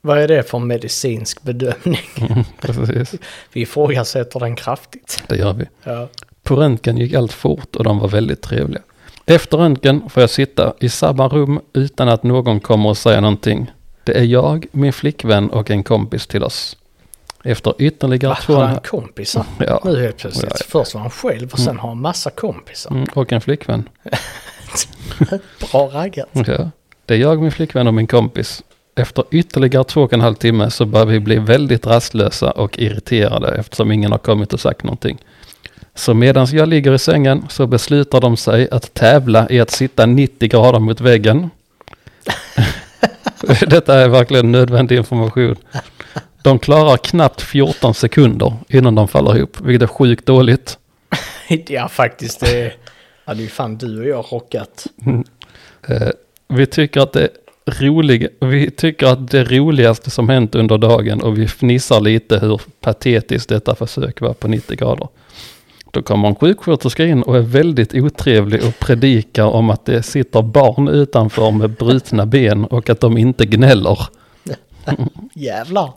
A: Vad är det för medicinsk bedömning?
B: Mm. precis.
A: Vi ifrågasätter den kraftigt.
B: Det gör vi.
A: Ja.
B: På röntgen gick allt fort och de var väldigt trevliga. Efter röntgen får jag sitta i samma rum utan att någon kommer och säger någonting. Det är jag, min flickvän och en kompis till oss. Efter ytterligare två...
A: Hade han kompisar?
B: Ja.
A: Nu helt plötsligt.
B: Ja.
A: Först var han själv och sen har han massa kompisar.
B: Mm, och en flickvän.
A: Bra raggat.
B: Ja. Det är jag, min flickvän och min kompis. Efter ytterligare två och en halv timme så börjar vi bli väldigt rastlösa och irriterade eftersom ingen har kommit och sagt någonting. Så medan jag ligger i sängen så beslutar de sig att tävla i att sitta 90 grader mot väggen. Detta är verkligen nödvändig information. De klarar knappt 14 sekunder innan de faller ihop, vilket är sjukt dåligt. Mm.
A: ja, faktiskt. Det hade ju fan du och jag rockat.
B: Eh, vi, tycker att det rolig, vi tycker att det roligaste som hänt under dagen och vi fnissar lite hur patetiskt detta försök var på 90 grader. Då kommer en sjuksköterska in och är väldigt otrevlig och predikar om att det sitter barn utanför med brutna ben och att de inte gnäller.
A: Jävlar.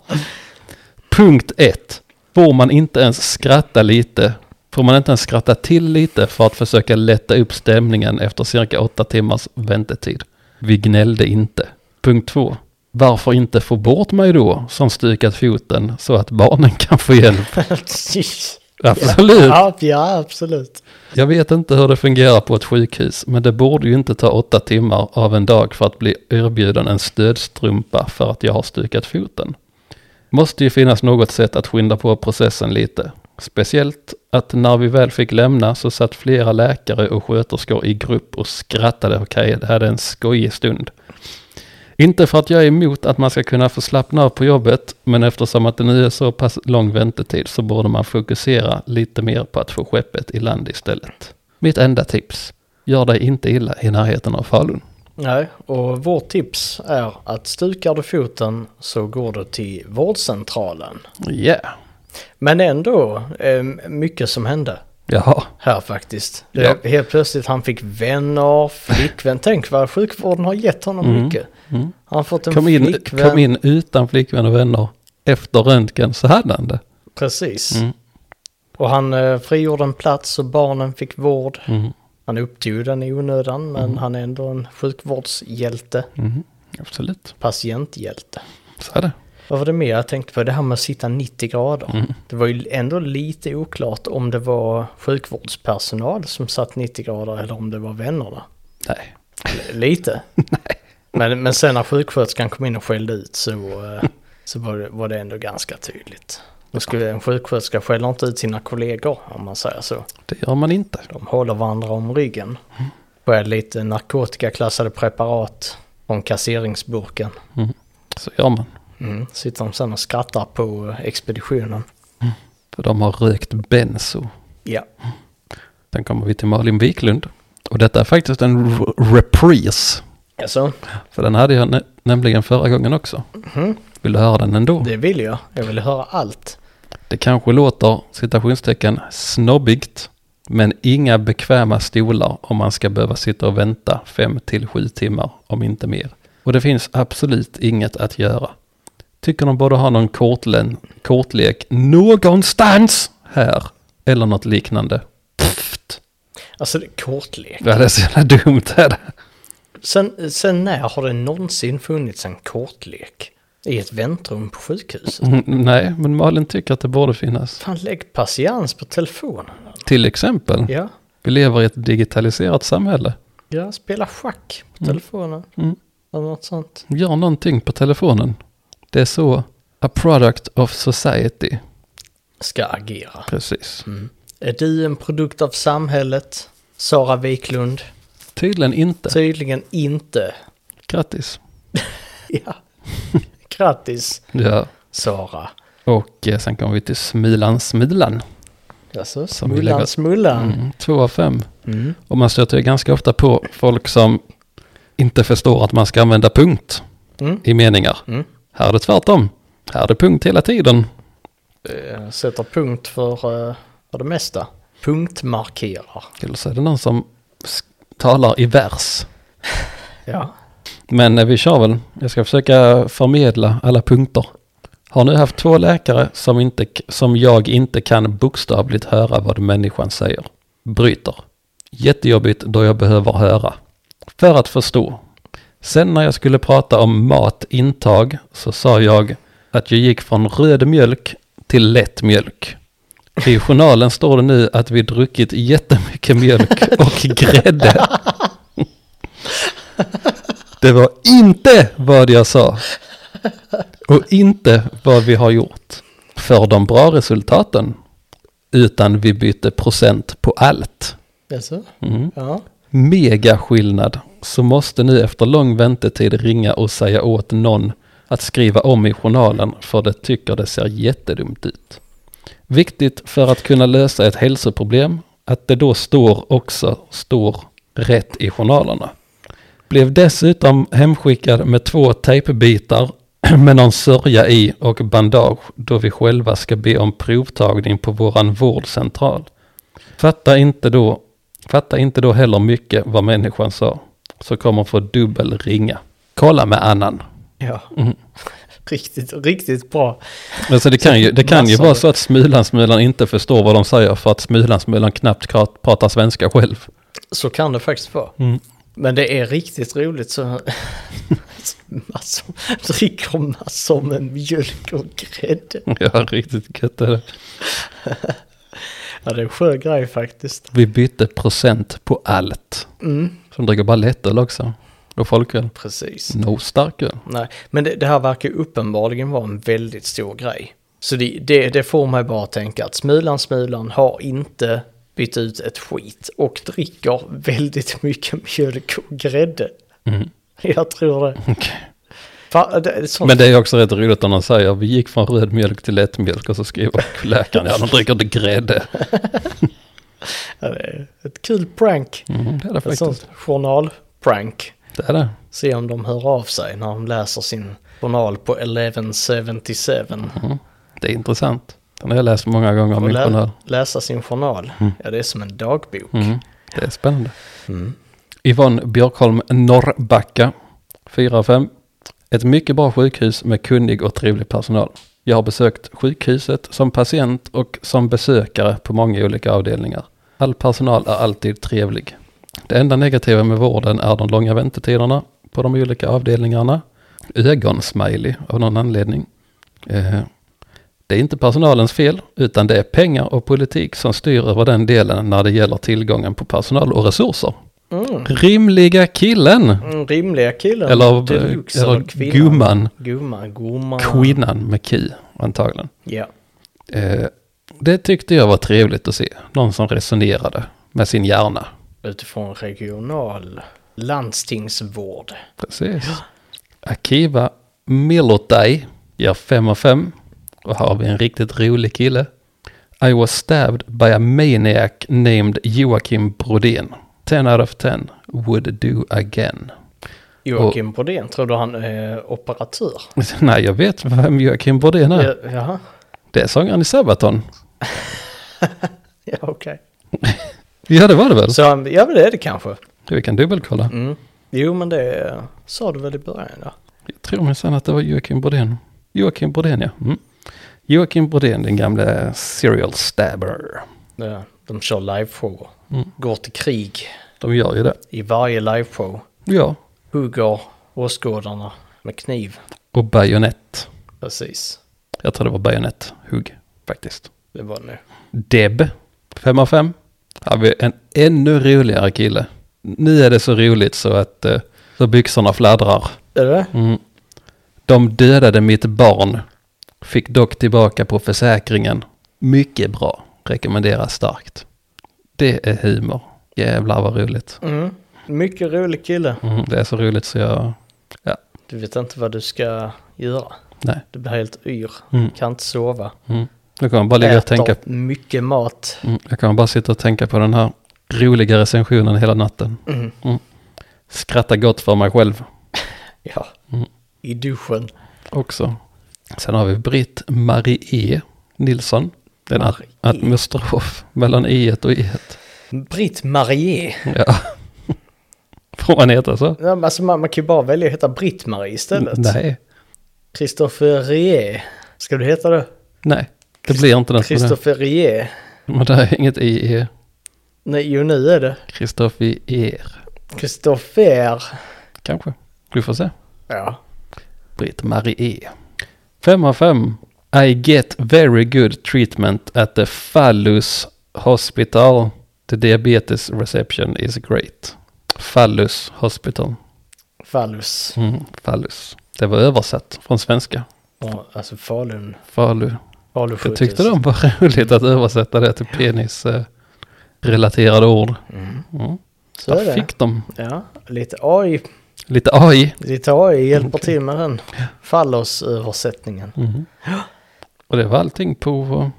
B: Punkt ett. Får man inte ens skratta lite? Får man inte ens skratta till lite för att försöka lätta upp stämningen efter cirka åtta timmars väntetid? Vi gnällde inte. Punkt två. Varför inte få bort mig då som stukat foten så att barnen kan få hjälp? Absolut.
A: ja, ja, absolut.
B: Jag vet inte hur det fungerar på ett sjukhus, men det borde ju inte ta åtta timmar av en dag för att bli erbjuden en stödstrumpa för att jag har stukat foten. Måste ju finnas något sätt att skynda på processen lite. Speciellt att när vi väl fick lämna så satt flera läkare och sköterskor i grupp och skrattade och kajade, hade en skojig stund. Inte för att jag är emot att man ska kunna få slappna av på jobbet, men eftersom att det nu är så pass lång väntetid så borde man fokusera lite mer på att få skeppet i land istället. Mitt enda tips, gör dig inte illa i närheten av Falun.
A: Nej, och vårt tips är att stukar du foten så går du till vårdcentralen.
B: Yeah.
A: Men ändå eh, mycket som hände
B: Jaha.
A: här faktiskt. Det,
B: Ja.
A: Helt plötsligt han fick vänner, flickvän. Tänk vad sjukvården har gett honom
B: Mm,
A: mycket.
B: mm.
A: Han har fått en
B: Kom in,
A: flickvän.
B: kom in utan flickvän och vänner. Efter röntgen så hade han det.
A: Precis.
B: Mm.
A: Och han eh, frigjorde en plats och barnen fick vård.
B: Mm.
A: Han upptog den i onödan men han är ändå en sjukvårdshjälte,
B: Mm. Absolut.
A: patienthjälte.
B: Så är det.
A: Vad var det mer jag tänkte på? Det här med att sitta 90 grader. Det var ju ändå lite oklart om det var sjukvårdspersonal som satt 90 grader eller om det var vännerna.
B: Nej.
A: L- Lite. men, men sen när sjuksköterskan kom in och skällde ut så, eh, så var, det, var det ändå ganska tydligt. Då skulle en sjuksköterska skälla inte ut sina kollegor om man säger så.
B: Det gör man inte.
A: De håller varandra om ryggen. Skär lite narkotikaklassade preparat från kasseringsburken.
B: Så gör man.
A: Mm. Sitter de sen och skrattar på eh, expeditionen.
B: För de har rökt benzo.
A: Ja,
B: Sen kommer vi till Malin Wiklund. Och detta är faktiskt en r- reprise.
A: alltså
B: För den hade jag nä- nämligen förra gången också.
A: Mhm.
B: Vill du höra den ändå? Det,
A: det vill jag. Jag vill höra allt.
B: kanske låter citationstecken snobbigt. Men inga bekväma stolar om man ska behöva sitta och vänta fem till sju timmar om inte mer. Och det finns absolut inget att göra. Tycker de borde ha någon kortlen, kortlek någonstans här. Eller något liknande. Pfft.
A: Alltså det är kortlek.
B: Ja, det är så jävla dumt. Är det.
A: Sen, sen när har det någonsin funnits en kortlek? I ett väntrum på sjukhuset?
B: Mm, Nej, men Malin tycker att det borde finnas.
A: Fan lägg patiens på telefonen.
B: Till exempel,
A: Ja,
B: vi lever i ett digitaliserat samhälle.
A: ja spela schack på telefonen.
B: Mm.
A: Eller något sånt.
B: Gör någonting på telefonen. Det är så, a product of society.
A: Ska agera.
B: Precis.
A: Är du en produkt av samhället? Sara Wiklund?
B: Tydligen inte.
A: Tydligen inte.
B: Grattis.
A: Ja. Grattis,
B: Ja.
A: Sara.
B: Och eh, sen kommer vi till Smilan Smilan.
A: Alltså,
B: Som vi lägger-
A: smullan, smullan.
B: Mm, två av fem.
A: Mm.
B: Och man stöter ju ganska ofta på folk som inte förstår att man ska använda punkt
A: Mm.
B: i meningar.
A: Mm.
B: Här är det tvärtom. Här är det punkt hela tiden.
A: Eh, Sätter punkt för, eh, för det mesta. Punktmarkerar.
B: Eller så är det någon som s- talar i vers.
A: Ja.
B: Men eh, vi kör väl. Jag ska försöka förmedla alla punkter. Har nu haft två läkare som, inte, k- som jag inte kan bokstavligt höra vad människan säger. Bryter. Jättejobbigt då jag behöver höra. För att förstå. Sen när jag skulle prata om matintag så sa jag att jag gick från röd mjölk till lätt mjölk. I journalen står det nu att vi druckit jättemycket mjölk och grädde. Det var inte vad jag sa. Och inte vad vi har gjort. För de bra resultaten. Utan vi bytte procent på allt.
A: Jaså?
B: Mm.
A: Ja.
B: Mega skillnad. Så måste ni efter lång väntetid ringa och säga åt någon att skriva om i journalen för det tycker det ser jättedumt ut. Viktigt för att kunna lösa ett hälsoproblem att det då står också står rätt i journalerna. Blev dessutom hemskickad med två tejpbitar med någon sörja i och bandage då vi själva ska be om provtagning på våran vårdcentral. Fatta inte då, fatta inte då heller mycket vad människan sa. Så kommer få dubbel ringa. Kolla med annan.
A: Ja. Riktigt, riktigt bra.
B: Alltså det kan ju, det kan ju
A: Massor.
B: vara så att Smulan-Smulan inte förstår vad de säger för att Smulan-Smulan knappt kra- pratar svenska själv.
A: Så kan det faktiskt vara.
B: Mm.
A: Men det är riktigt roligt så... massor, dricker massor med mjölk och grädde.
B: Ja, riktigt gött är det.
A: Ja, det är en skön grej faktiskt.
B: Vi bytte procent på allt.
A: Mm,
B: Som dricker bara lättöl också. Och folköl.
A: precis.
B: No starköl.
A: Nej, men det, det här verkar ju uppenbarligen vara en väldigt stor grej. Så det, det, det får mig bara att tänka att Smulan Smulan har inte bytt ut ett skit och dricker väldigt mycket mjölk och grädde.
B: Mm.
A: Jag tror det.
B: Okej.
A: Fan, det, sånt,
B: Men det är också rätt roligt när de säger vi gick från röd mjölk till lättmjölk och så skriver läkaren ja de dricker inte grädde.
A: det är ett kul prank.
B: Mm, det är det
A: Ett sånt
B: faktiskt.
A: journalprank.
B: Det är det.
A: Se om de hör av sig när de läser sin journal på 1177.
B: Det är intressant. Den har jag läst många gånger om
A: Och
B: min journal.
A: lä- läsa sin journal. Ja, det är som en dagbok.
B: Mm, det är spännande. Mm. Yvonne Björkholm Norrbacka, 4-5. Ett mycket bra sjukhus med kunnig och trevlig personal. Jag har besökt sjukhuset som patient och som besökare på många olika avdelningar. All personal är alltid trevlig. Det enda negativa med vården är de långa väntetiderna på de olika avdelningarna. Ögonsmiley av någon anledning. Eh, det är inte personalens fel, utan det är pengar och politik som styr över den delen när det gäller tillgången på personal och resurser.
A: Mm.
B: Rimliga killen!
A: Mm, Rimliga killen.
B: Eller, eh,
A: Deluxe
B: eller
A: kvinnan.
B: gumman.
A: Gumman, gumman.
B: Kvinnan med Q, antagligen.
A: Ja.
B: Eh, det tyckte jag var trevligt att se. Någon som resonerade med sin hjärna.
A: Utifrån regional landstingsvård.
B: Precis. Akiva Milotai ger 5 av 5. Och här har vi en riktigt rolig kille. I was stabbed by a maniac named Joakim Brodén. 10 out of 10. Would do again.
A: Joakim Brodén, tror du han är operatör?
B: Nej, jag vet vem Joakim Brodén är.
A: Ja, jaha,
B: Det är sångaren i Sabaton.
A: ja okej.
B: Ja, det var det väl?
A: Så han, ja men det är det kanske.
B: Vi kan dubbelkolla.
A: Mm. Jo men det eh, sa du väl i början då?
B: Jag tror minsann att det var Joakim Brodén. Joakim Brodén, ja. Mm. Joakim Brodén, den gamla serial stabber.
A: Det- De kör liveshower.
B: Mm.
A: Går till krig
B: De gör ju det.
A: i varje liveshow.
B: Ja,
A: Hugger åskådarna med kniv.
B: och bajonett.
A: Precis.
B: Jag tror det var bajonetthugg faktiskt.
A: Det var nu.
B: Deb, 5 av 5. Har vi en ännu roligare kille. Nu är det så roligt så att eh, så byxorna fladdrar.
A: Är det?
B: Mm. De dödade mitt barn. Fick dock tillbaka på försäkringen. Mycket bra. Rekommenderas starkt. Det är humor. Jävlar vad roligt.
A: Mm. Mycket rolig kille.
B: Mm, det är så roligt så jag... Ja,
A: Du vet inte vad du ska göra.
B: nej.
A: Du blir helt yr.
B: Mm.
A: Kan inte sova.
B: Mm. Jag kommer bara ligga och tänka...
A: mycket mat.
B: Mm, jag kommer bara sitta och tänka på den här roliga recensionen hela natten.
A: Mm.
B: Skratta gott för mig själv
A: Ja.
B: Mm.
A: I duschen.
B: också. Sen har vi Britt-Marie E. Nilsson. Den här
A: Marie.
B: att med strof mellan i och E i
A: Britt Marie.
B: Ja. Får man heta så?
A: Ja, men Alltså man, man kan ju bara välja att heta Britt-Marie istället.
B: Mm, Nej,
A: Christopher Rie. Ska du heta det?
B: nej. Det blir inte något med det.
A: Christopher Rie.
B: Men det är inget i er.
A: Nej, jo nu är det.
B: Kristoffer er.
A: Christopher.
B: Kanske. Vi får se.
A: Ja.
B: Britt-Marie. 5 av 5. I get very good treatment at the Fallus Hospital. The diabetes reception is great. Fallus Hospital.
A: Fallus.
B: Mm, Fallus. Det var översatt från svenska.
A: Ja, Alltså Falun.
B: Falu. Jag
A: Falusjukhus.
B: tyckte de var roligt att översätta det till penisrelaterade ord. Mm.
A: Så är
B: Där
A: det.
B: fick de
A: Ja, lite AI.
B: lite AI.
A: Lite AI hjälper till med den. Fallos-översättningen.
B: Mm. Och det var allting på...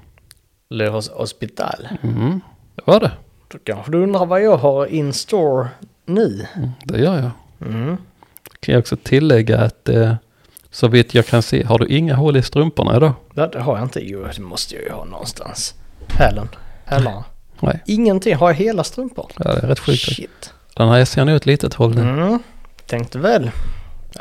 A: Le hos Hospital.
B: Mm, det var det.
A: Då kanske du undrar vad jag har in store nu.
B: Det gör jag.
A: Mm.
B: Kan jag också tillägga att eh, så vitt jag kan se har du inga hål i strumporna idag?
A: Ja, Det har jag inte. Jo, det måste jag ju ha någonstans. Hälen. Hälarna.
B: Nej,
A: Ingenting. Har jag hela strumpor?
B: ja, det är rätt sjukt.
A: Shit.
B: Den här ser nu ett litet hål nu.
A: Mm. Tänkte väl.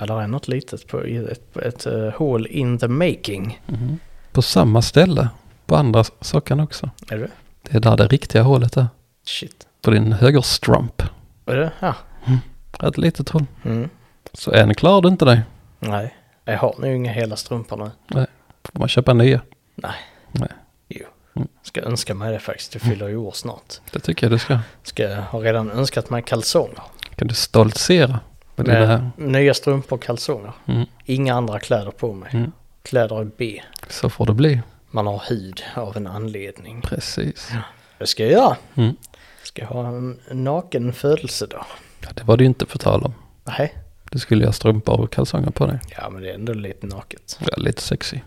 A: Ja, där är något litet på i ett, ett eh, hål in the making.
B: Mm. På samma ställe, på andra sockan också.
A: Är det?
B: Det är där det riktiga hålet är.
A: Shit.
B: På din högerstrump.
A: Är det? Ja.
B: Ett litet hål.
A: Mm.
B: Så än klarar du inte dig.
A: Nej. Jag har nu inga hela strumpor nu.
B: Nej, får man köpa nya.
A: Nej.
B: Nej.
A: Jo. Ska önska mig det faktiskt. Du fyller ju år snart.
B: Det tycker jag du ska.
A: Ska jag har redan önskat mig kalsonger.
B: Kan du stoltsera med
A: Med
B: dina...
A: nya strumpor och kalsonger.
B: Mm.
A: Inga andra kläder på mig.
B: Mm.
A: Kläder är B.
B: Så får det bli.
A: Man har hud av en anledning.
B: Precis.
A: Det ska jag göra.
B: Mm.
A: Ska ha en naken födelsedag.
B: Ja, det var det ju inte på tal om.
A: Nej.
B: Du skulle ha strumpor och kalsonger på dig.
A: Ja men det är ändå lite naket.
B: Ja, lite sexy.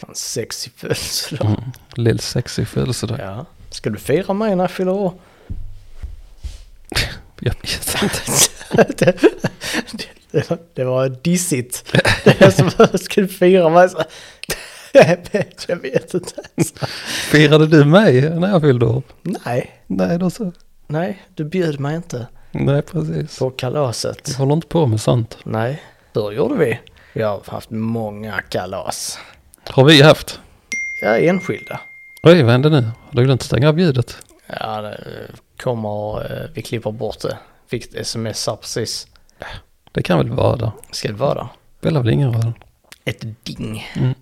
A: En sexig födelsedag.
B: Mm. Lill sexy födelsedag.
A: Ja. Ska du fira mig när jag fyller år?
B: Jag vet inte.
A: det, det, det var dissigt. Det är som, ska du fira mig? Så, jag vet- jag vet inte.
B: Firade du mig när jag fyllde år?
A: Nej,
B: Nej, då så.
A: nej, du bjöd mig inte
B: Nej, precis.
A: på kalaset.
B: Jag håller inte på med sånt.
A: Nej, hur gjorde vi? Vi har haft många kalas.
B: Har vi haft?
A: Ja, enskilda.
B: Oj, vad hände nu? Har du glömt stänga av ljudet?
A: Ja, det kommer, eh, vi klipper bort det. Fick ett sms här precis.
B: Det kan väl vara där.
A: Ska det vara där?
B: Spelar väl ingen roll.
A: Ett ding.
B: Mm.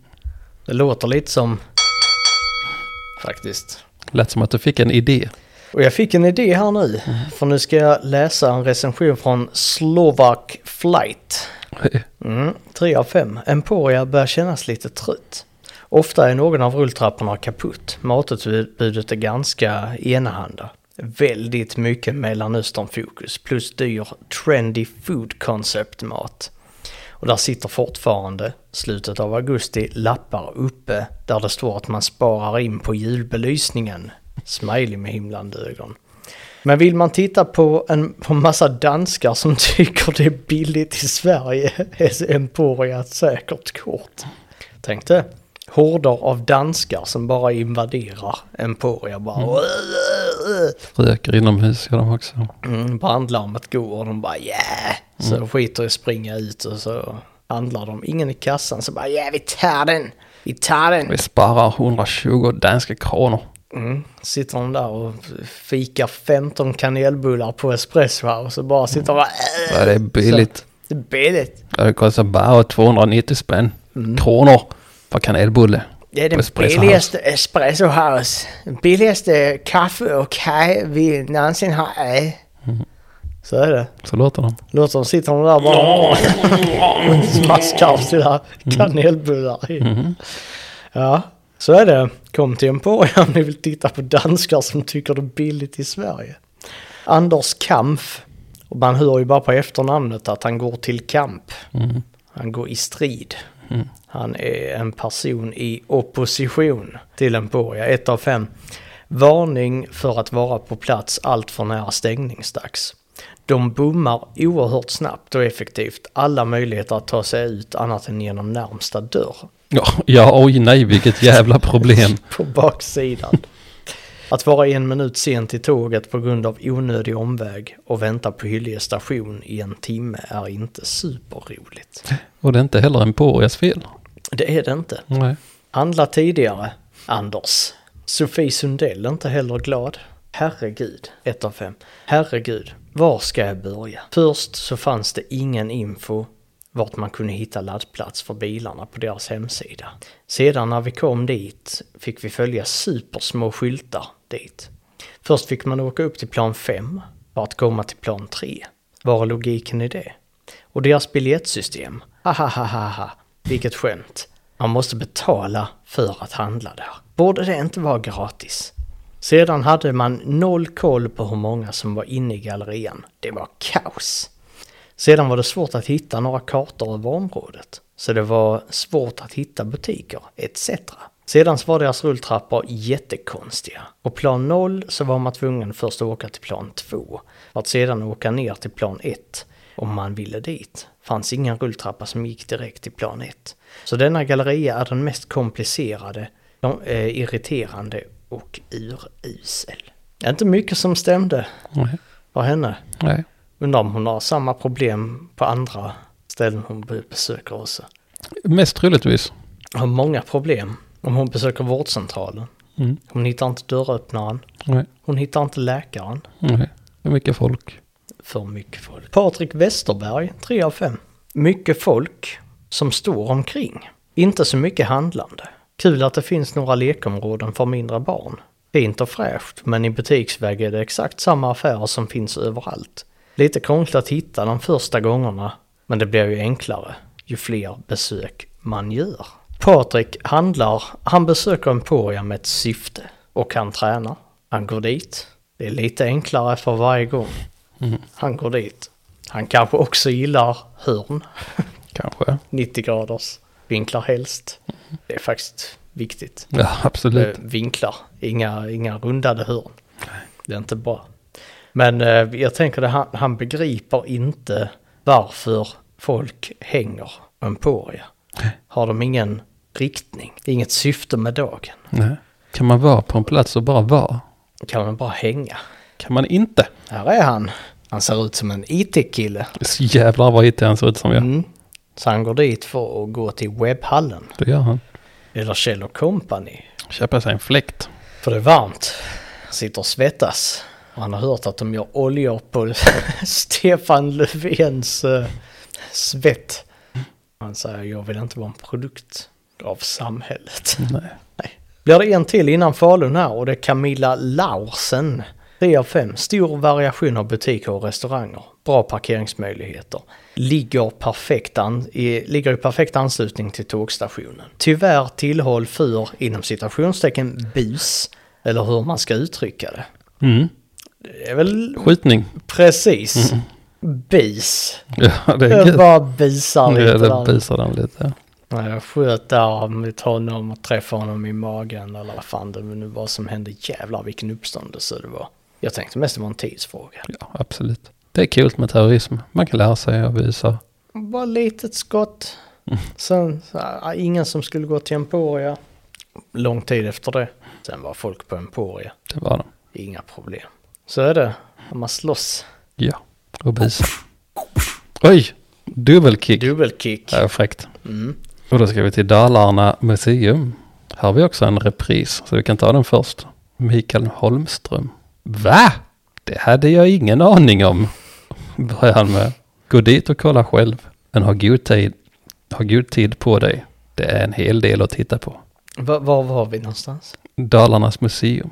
A: Det låter lite som... Faktiskt.
B: Lät som att du fick en idé.
A: Och jag fick en idé här nu, för nu ska jag läsa en recension från Slovak Flight. Mm, 3 av 5. Emporia börjar kännas lite trött. Ofta är någon av rulltrapporna kaputt. Matutbudet är ganska enahanda. Väldigt mycket Mellanöstern-fokus plus dyr trendy food concept-mat. Och där sitter fortfarande, slutet av augusti, lappar uppe där det står att man sparar in på julbelysningen. Smiley med himlande ögon. Men vill man titta på en på massa danskar som tycker det är billigt i Sverige är Emporia ett säkert kort. Tänk det. Horder av danskar som bara invaderar Emporia bara.
B: Mm. Röker inomhus gör de också.
A: Mm, brandlarmet går och de bara yeah. Så
B: Mm.
A: skiter i att springa ut och så handlar de. Ingen i kassan så bara yeah vi tar den. Vi tar den.
B: Vi sparar 120 danska kronor.
A: Mm. Sitter de där och fikar 15 kanelbullar på espresso här och så bara sitter de bara
B: Ja, det Mm. är billigt.
A: det är billigt.
B: Ja, Det kostar bara 290 spänn. Kronor för kanelbulle.
A: Det är den
B: På Espresso
A: billigaste espresso house. Den billigaste kaffe och kaj vi någonsin har ätit. Så är det.
B: Så låter de.
A: Låter som sitter de där bara och smaskar sina kanelbullar i. Ja, så är det. Kom till Emporia om ni vill titta på danskar som tycker det är billigt i Sverige. Anders Kampf. Och man hör ju bara på efternamnet att han går till kamp. Han går i strid. Han är en person i opposition till Emporia, ett av fem. Varning för att vara på plats allt för nära stängningsdags. De bommar oerhört snabbt och effektivt alla möjligheter att ta sig ut annat än genom närmsta dörr
B: Ja, ja, oj nej, vilket jävla problem.
A: på baksidan. Att vara en minut sen till tåget på grund av onödig omväg och vänta på Hyllie station i en timme är inte superroligt.
B: Och det är inte heller Emporias fel.
A: Det är det inte.
B: Nej.
A: Handla tidigare, Anders. Sofie Sundell är inte heller glad. Herregud, 1 av 5. Herregud, var ska jag börja? Först så fanns det ingen info vart man kunde hitta laddplats för bilarna på deras hemsida. Sedan när vi kom dit fick vi följa supersmå skyltar dit. Först fick man åka upp till plan 5 för att komma till plan 3. Var är logiken i det? Och deras biljettsystem? Hahaha, vilket skämt. Man måste betala för att handla där. Borde det inte vara gratis? Sedan hade man noll koll på hur många som var inne i gallerian. Det var kaos. Sedan var det svårt att hitta några kartor över området, så det var svårt att hitta butiker etc. Sedan så var deras rulltrappor jättekonstiga. Och plan 0 så var man tvungen först att åka till plan 2, för att sedan åka ner till plan 1 om man ville dit. Fanns ingen rulltrappa som gick direkt till plan 1. Så denna galleria är den mest komplicerade, de- eh, irriterande och urusel. Inte mycket som stämde
B: Nej.
A: för henne.
B: nej.
A: Undrar om hon har samma problem på andra ställen hon besöker också.
B: Mest troligtvis.
A: Har många problem om hon besöker vårdcentralen.
B: Mm.
A: Hon hittar inte dörröppnaren.
B: Nej.
A: Hon hittar inte läkaren.
B: nej. Det är mycket folk.
A: För mycket folk. Patrik Westerberg, 3 av 5. Mycket folk som står omkring. Inte så mycket handlande. Kul att det finns några lekområden för mindre barn. Fint och fräscht, men i butiksväg är det exakt samma affärer som finns överallt. Lite krångligt att hitta de första gångerna, men det blir ju enklare ju fler besök man gör. Patrik handlar, han besöker Emporia med ett syfte. Och han tränar. Han går dit. Det är lite enklare för varje gång. Han går dit. Han kanske också gillar hörn.
B: Kanske.
A: 90 graders vinklar helst. Det är faktiskt viktigt.
B: Ja, absolut.
A: Eh, vinklar, inga, inga rundade hörn. Det är inte bra. Men eh, jag tänker att han, han begriper inte varför folk hänger Emporia. Har de ingen riktning, inget syfte med dagen?
B: Nej. Kan man vara på en plats och bara vara?
A: Kan man bara hänga?
B: Kan man inte?
A: Här är han. Han ser ut som en IT-kille.
B: Så jävlar vad it han ser ut som jag.
A: Mm. Så han går dit för att gå till webbhallen.
B: Det gör han.
A: Eller Kjell Company.
B: Köpa sig en fläkt.
A: För det är varmt. Sitter och svettas. Och han har hört att de gör oljor på Stefan Löfvens eh, svett. Han säger jag vill inte vara en produkt av samhället.
B: Nej.
A: Nej. Blir det en till innan Falun här och det är Camilla Laursen. 3 av 5. Stor variation av butiker och restauranger. Bra parkeringsmöjligheter. Ligger, perfekt an, i, ligger i perfekt anslutning till tågstationen. Tyvärr tillhåll för, inom citationstecken, bus. Eller hur man ska uttrycka det.
B: Mm.
A: Det är väl
B: Skjutning.
A: precis bis.
B: Ja, Mm. det är
A: Jag
B: gött.
A: bara bisar
B: Nu
A: lite
B: är
A: där.
B: det busar den lite.
A: När jag sköt där mot honom och träffade honom i magen eller vad fan det nu var som hände. Jävlar vilken uppståndelse det var. Jag tänkte mest det var en tidsfråga.
B: Ja, absolut. Det är kul med terrorism. Man kan lära sig av busar.
A: Bara litet skott. Sen så, ah, ingen som skulle gå till Emporia. Lång tid efter det. Sen var folk på Emporia.
B: Det var de.
A: Inga problem. Så är det när man slåss.
B: Ja, och busar. Oj, dubbelkick.
A: Dubbelkick.
B: Det är fräckt.
A: Mm.
B: Och då ska vi till Dalarna Museum. Här har vi också en repris, så vi kan ta den först. Mikael Holmström. Va? Det hade jag ingen aning om. Börjar han med. Gå dit och kolla själv. Men ha god tid, ha god tid på dig. Det är en hel del att titta på.
A: Va- Var var vi någonstans?
B: Dalarnas museum.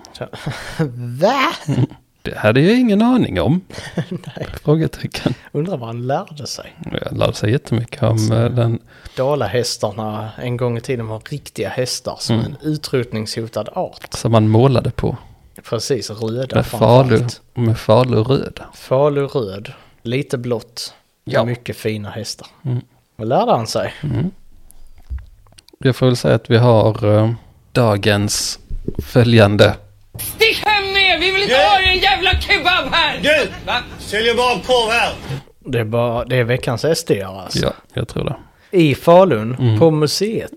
A: Va?
B: Det hade jag ingen aning om. Frågetecken.
A: Undrar vad han lärde sig.
B: Jag lärde sig jättemycket om eh, den.
A: Dalahästarna en gång i tiden var riktiga hästar som
B: Mm.
A: en utrotningshotad art.
B: som man målade på.
A: Precis, röda
B: Med falu,
A: framförallt.
B: med falu röd.
A: Falu röd, lite blått.
B: Ja.
A: Mycket fina hästar.
B: Mm.
A: Vad lärde han sig?
B: Jag får väl säga att vi har eh, dagens följande.
D: Stick hem med er! Vi vill inte ha er jävla kebab här!
E: Du! Säljer bara korv här.
A: Det är, bara, det är veckans sd alltså.
B: Ja, Mm. jag tror det. Mm,
A: I Falun, på museet.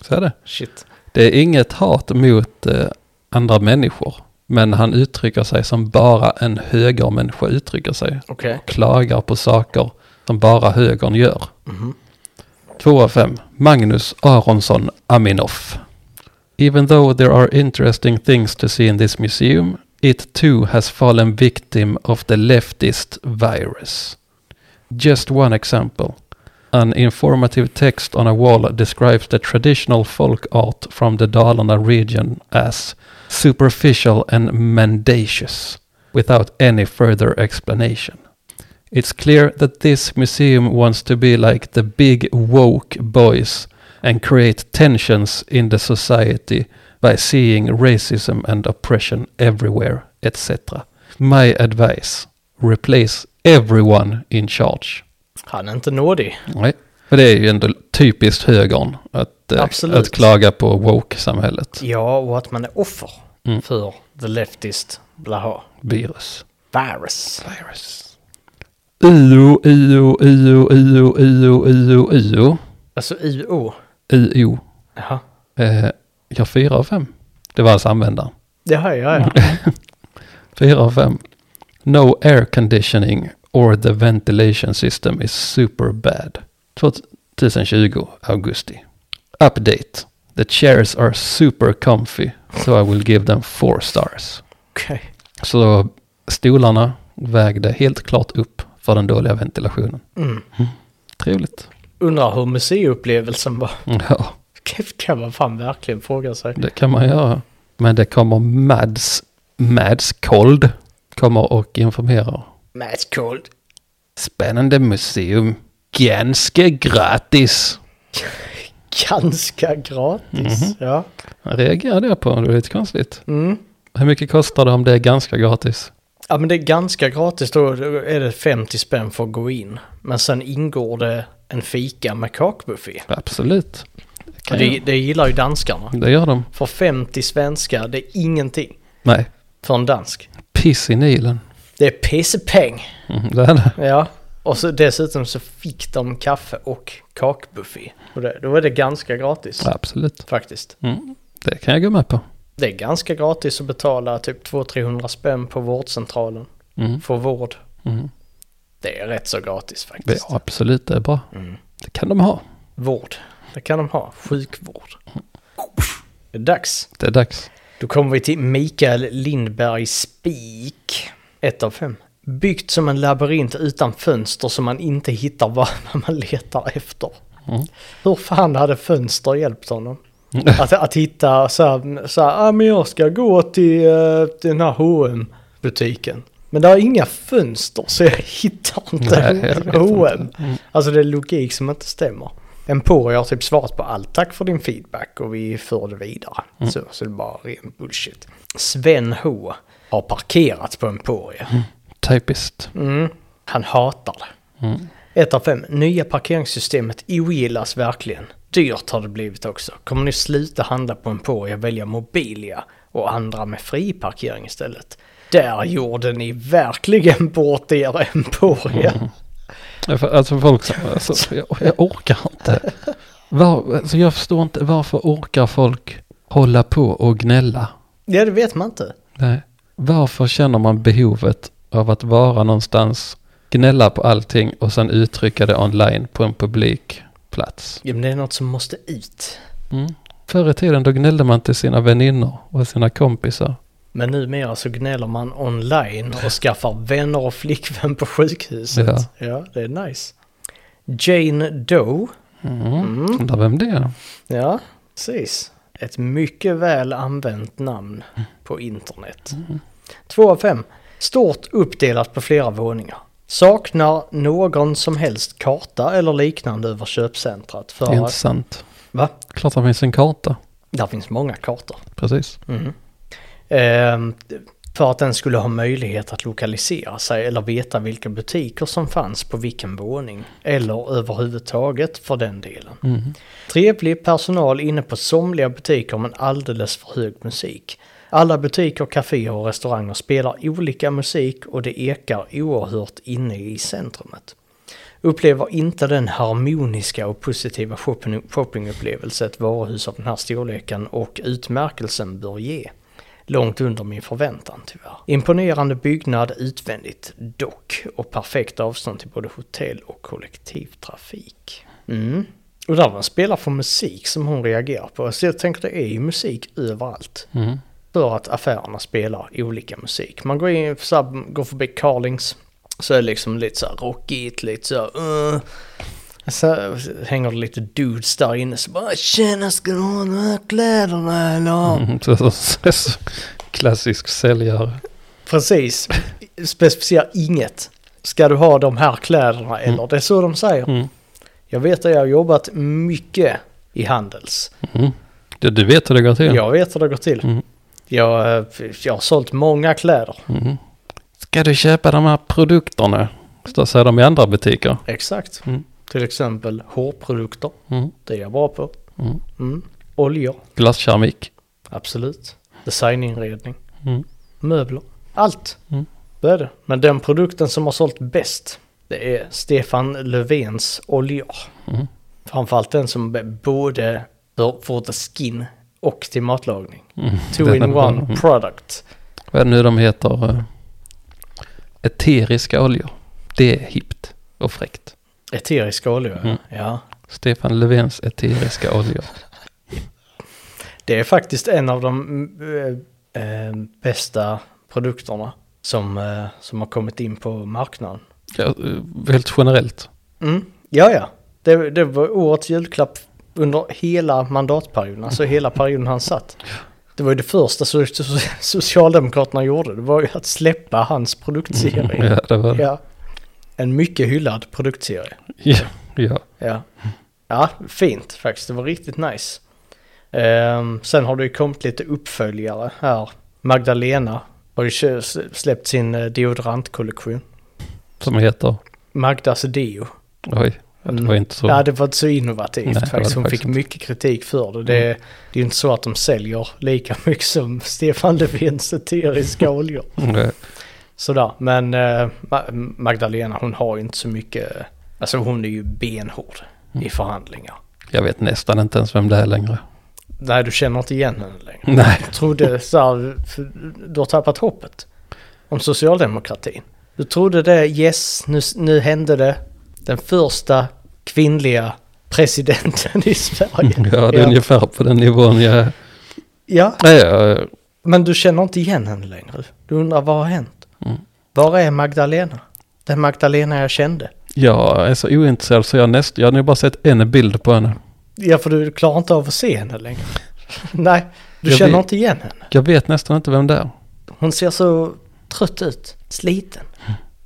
B: Så är det.
A: Shit.
B: Det är inget hat mot eh, andra människor. Men han uttrycker sig som bara en högermänniska uttrycker sig.
A: Okej.
B: Klagar på saker som bara högern gör. Två av fem. Magnus Aronsson Aminoff. Even though there are interesting things to see in this museum, it too has fallen victim of the leftist virus. Just one example. An informative text on a wall describes the traditional folk art from the Dalarna region as superficial and mendacious, without any further explanation. It's clear that this museum wants to be like the big woke boys and create tensions in the society by seeing racism and oppression everywhere, etc. My advice replace everyone in charge.
A: Han är inte nådig.
B: Nej. För det är ju ändå typiskt högern att, eh,
A: Absolut.
B: att klaga på woke-samhället.
A: Ja, och att man är offer
B: Mm.
A: för the leftist blaha.
B: Virus.
A: Virus.
B: Virus. Io, io, io, io, io, io, io.
A: Alltså UO.
B: Io.
A: Jaha.
B: Eh, ja, fyra av fem. Det var alltså användaren.
A: Jaha, ja, ja.
B: Fyra av fem. No air conditioning or the ventilation system is super bad. 2020 augusti. Update. The chairs are super comfy, so I will give them four stars.
A: Okej.
B: Så stolarna vägde helt klart upp för den dåliga ventilationen. Mm. Trevligt.
A: Undrar hur museiupplevelsen var.
B: Ja,
A: Det kan man fan verkligen fråga sig.
B: det kan man göra. Men det kommer Mads, Mads Kold kommer och informerar.
A: Matt Cold.
B: Spännande museum. Ganska gratis.
A: Ganska gratis. Ja.
B: Reagerade jag på, det var lite konstigt. Hur mycket kostar det om det är ganska gratis?
A: ja, men det är ganska gratis. Då är det 50 spänn för att gå in. Men sen ingår det en fika med kakbuffé.
B: Absolut.
A: Och
B: Kan
A: det, det gillar ju danskarna.
B: jag. det gör de.
A: För 50 svenskar, det är ingenting
B: Nej,
A: för en dansk.
B: piss i Nilen.
A: Det är pissepeng.
B: Mm, det är det.
A: Ja. Och så dessutom så fick de kaffe och kakbuffé. Och det, då är det ganska gratis
B: Absolut.
A: faktiskt.
B: Mm, det kan jag gå med på.
A: Det är ganska gratis att betala typ 200-300 spänn på vårdcentralen
B: Mm.
A: för vård.
B: Mm.
A: Det är rätt så gratis faktiskt.
B: Ja, absolut, det är bra. Det kan de ha.
A: Vård, det kan de ha. Sjukvård.
B: Mm.
A: Det är dags.
B: Det är dags.
A: Då kommer vi till Mikael Lindberg Spik. Ett av fem. Byggt som en labyrint utan fönster som man inte hittar vad man letar efter. Hur fan hade fönster hjälpt honom? Att, att hitta så här, så här ah, men jag ska gå till eh, den här hm butiken Men det har inga fönster så jag hittar inte
B: Nej, jag vet Mm.
A: H&M. Alltså det är logik som inte stämmer. Emporia har typ svarat på allt. Tack för din feedback och vi för det vidare.
B: Mm.
A: Så, så det är bara ren bullshit. Sven H har parkerat på Emporia.
B: Typiskt.
A: Han hatar det. Ett av fem. Nya parkeringssystemet ogillas verkligen. Dyrt har det blivit också. Kommer ni sluta handla på Emporia och välja Mobilia och andra med fri parkering istället? Där gjorde ni verkligen bort er Emporia.
B: Ja, för- Alltså folk som, alltså, jag, jag orkar inte. Var, alltså, jag förstår inte varför orkar folk hålla på och gnälla?
A: Ja, det vet man inte.
B: Nej. Varför känner man behovet av att vara någonstans, gnälla på allting och sen uttrycka det online på en publik plats?
A: Ja, men det är något som måste ut.
B: Förr i tiden då gnällde man till sina väninnor och sina kompisar.
A: Men numera så gnäller man online och skaffar vänner och flickvän på sjukhuset. Ja, det är nice. Jane Doe.
B: Undrar vem det är?
A: Ja, precis. Ett mycket väl använt namn
B: Mm.
A: på internet. Två av fem. Stort uppdelat på flera våningar. Saknar någon som helst karta eller liknande över köpcentrat.
B: Det är
A: För
B: inte
A: att,
B: sant.
A: va?
B: Klart det finns en karta.
A: Där finns många kartor.
B: Precis.
A: Ehm, för att den skulle ha möjlighet att lokalisera sig eller veta vilka butiker som fanns på vilken våning. Eller överhuvudtaget för den delen. Trevlig personal inne på somliga butiker men alldeles för hög musik. Alla butiker, kaféer och restauranger spelar olika musik och det ekar oerhört inne i centrumet. Upplever inte den harmoniska och positiva shopping- shoppingupplevelse ett varuhus av den här storleken och utmärkelsen bör ge. Långt under min förväntan tyvärr. Imponerande byggnad utvändigt dock och perfekt avstånd till både hotell och kollektivtrafik. Mm. Och där var en spelare för musik som hon reagerar på. Så jag tänker det är ju musik överallt. För att affärerna spelar olika musik. Man går, in, så här, går förbi Carlings så är det liksom lite så här rockigt, lite så här, uh. Så hänger det lite dudes där inne så bara “Tjena, ska du ha de här kläderna eller?”
B: Mm, så- så- så- Klassisk säljare.
A: Precis. Specificerar inget. Ska du ha de här kläderna eller? Det är så de säger. Jag vet att jag har jobbat mycket i Handels.
B: Du, du vet hur det går till?
A: Jag vet hur det går till. Jag, eh, jag har sålt många kläder.
B: Ska du köpa de här produkterna? Så säger de i andra butiker.
A: Exakt. Till exempel hårprodukter.
B: Mm.
A: Det är jag bra på. Mm. Oljor.
B: Glaskeramik.
A: Absolut. Designinredning.
B: Mm.
A: Möbler. Allt. Det är det. Men den produkten som har sålt bäst. Det är Stefan Löfvens oljor.
B: Mm.
A: Framförallt den som är både för, för the skin och till matlagning. Two
B: Mm. Den är
A: in
B: bra.
A: one product.
B: Vad är det nu de heter? eh, Eteriska oljor. Det är hippt och fräckt.
A: Eteriska oljor,
B: Mm.
A: ja.
B: Stefan Löfvens eteriska oljor.
A: Det är faktiskt en av de mm, eh, eh, bästa produkterna som, eh, som har kommit in på marknaden.
B: Ja, eh, helt generellt.
A: Mm. Ja, ja. Det, det var årets julklapp under hela mandatperioden, alltså hela perioden han satt. Det var ju det första so- so- Socialdemokraterna gjorde, det var ju att släppa hans produktserie.
B: Ja, det Mm, var det.
A: Ja. En mycket hyllad produktserie.
B: Ja, ja.
A: Ja. Ja, fint faktiskt. Det var riktigt nice. Ehm, sen har det ju kommit lite uppföljare här. Magdalena har ju kö- släppt sin eh, deodorantkollektion.
B: Som heter.
A: Magdas Deo.
B: Oj, det var inte så.
A: Ja, det var inte så innovativt
B: Nej, det var
A: faktiskt.
B: det
A: Hon
B: faktiskt Mm.
A: fick mycket kritik för det. Det, det är ju inte så att de säljer lika mycket som Stefan Löfvens eteriska oljor.
B: Mm,
A: Sådär, men eh, Ma- Magdalena hon har ju inte så mycket, alltså hon är ju benhård
B: Mm.
A: i förhandlingar.
B: Jag vet nästan inte ens vem det är längre.
A: Nej, du känner inte igen henne längre.
B: Nej,
A: trodde så här, för du har tappat hoppet om socialdemokratin. Du trodde det, yes, nu, nu hände det. Den första kvinnliga presidenten i Sverige.
B: ja, det är
A: ja.
B: ungefär på den nivån jag är.
A: ja,
B: Nej, jag,
A: men du känner inte igen henne längre. Du undrar vad har hänt? Var är Magdalena? Den Magdalena jag kände.
B: jag är så ointresserad så jag, näst, jag har nog bara sett en bild på henne.
A: Ja, för du klarar inte av att se henne längre. Nej, du
B: Jag
A: känner
B: vet-
A: inte igen henne.
B: Jag vet nästan inte vem det är.
A: Hon ser så trött ut, sliten.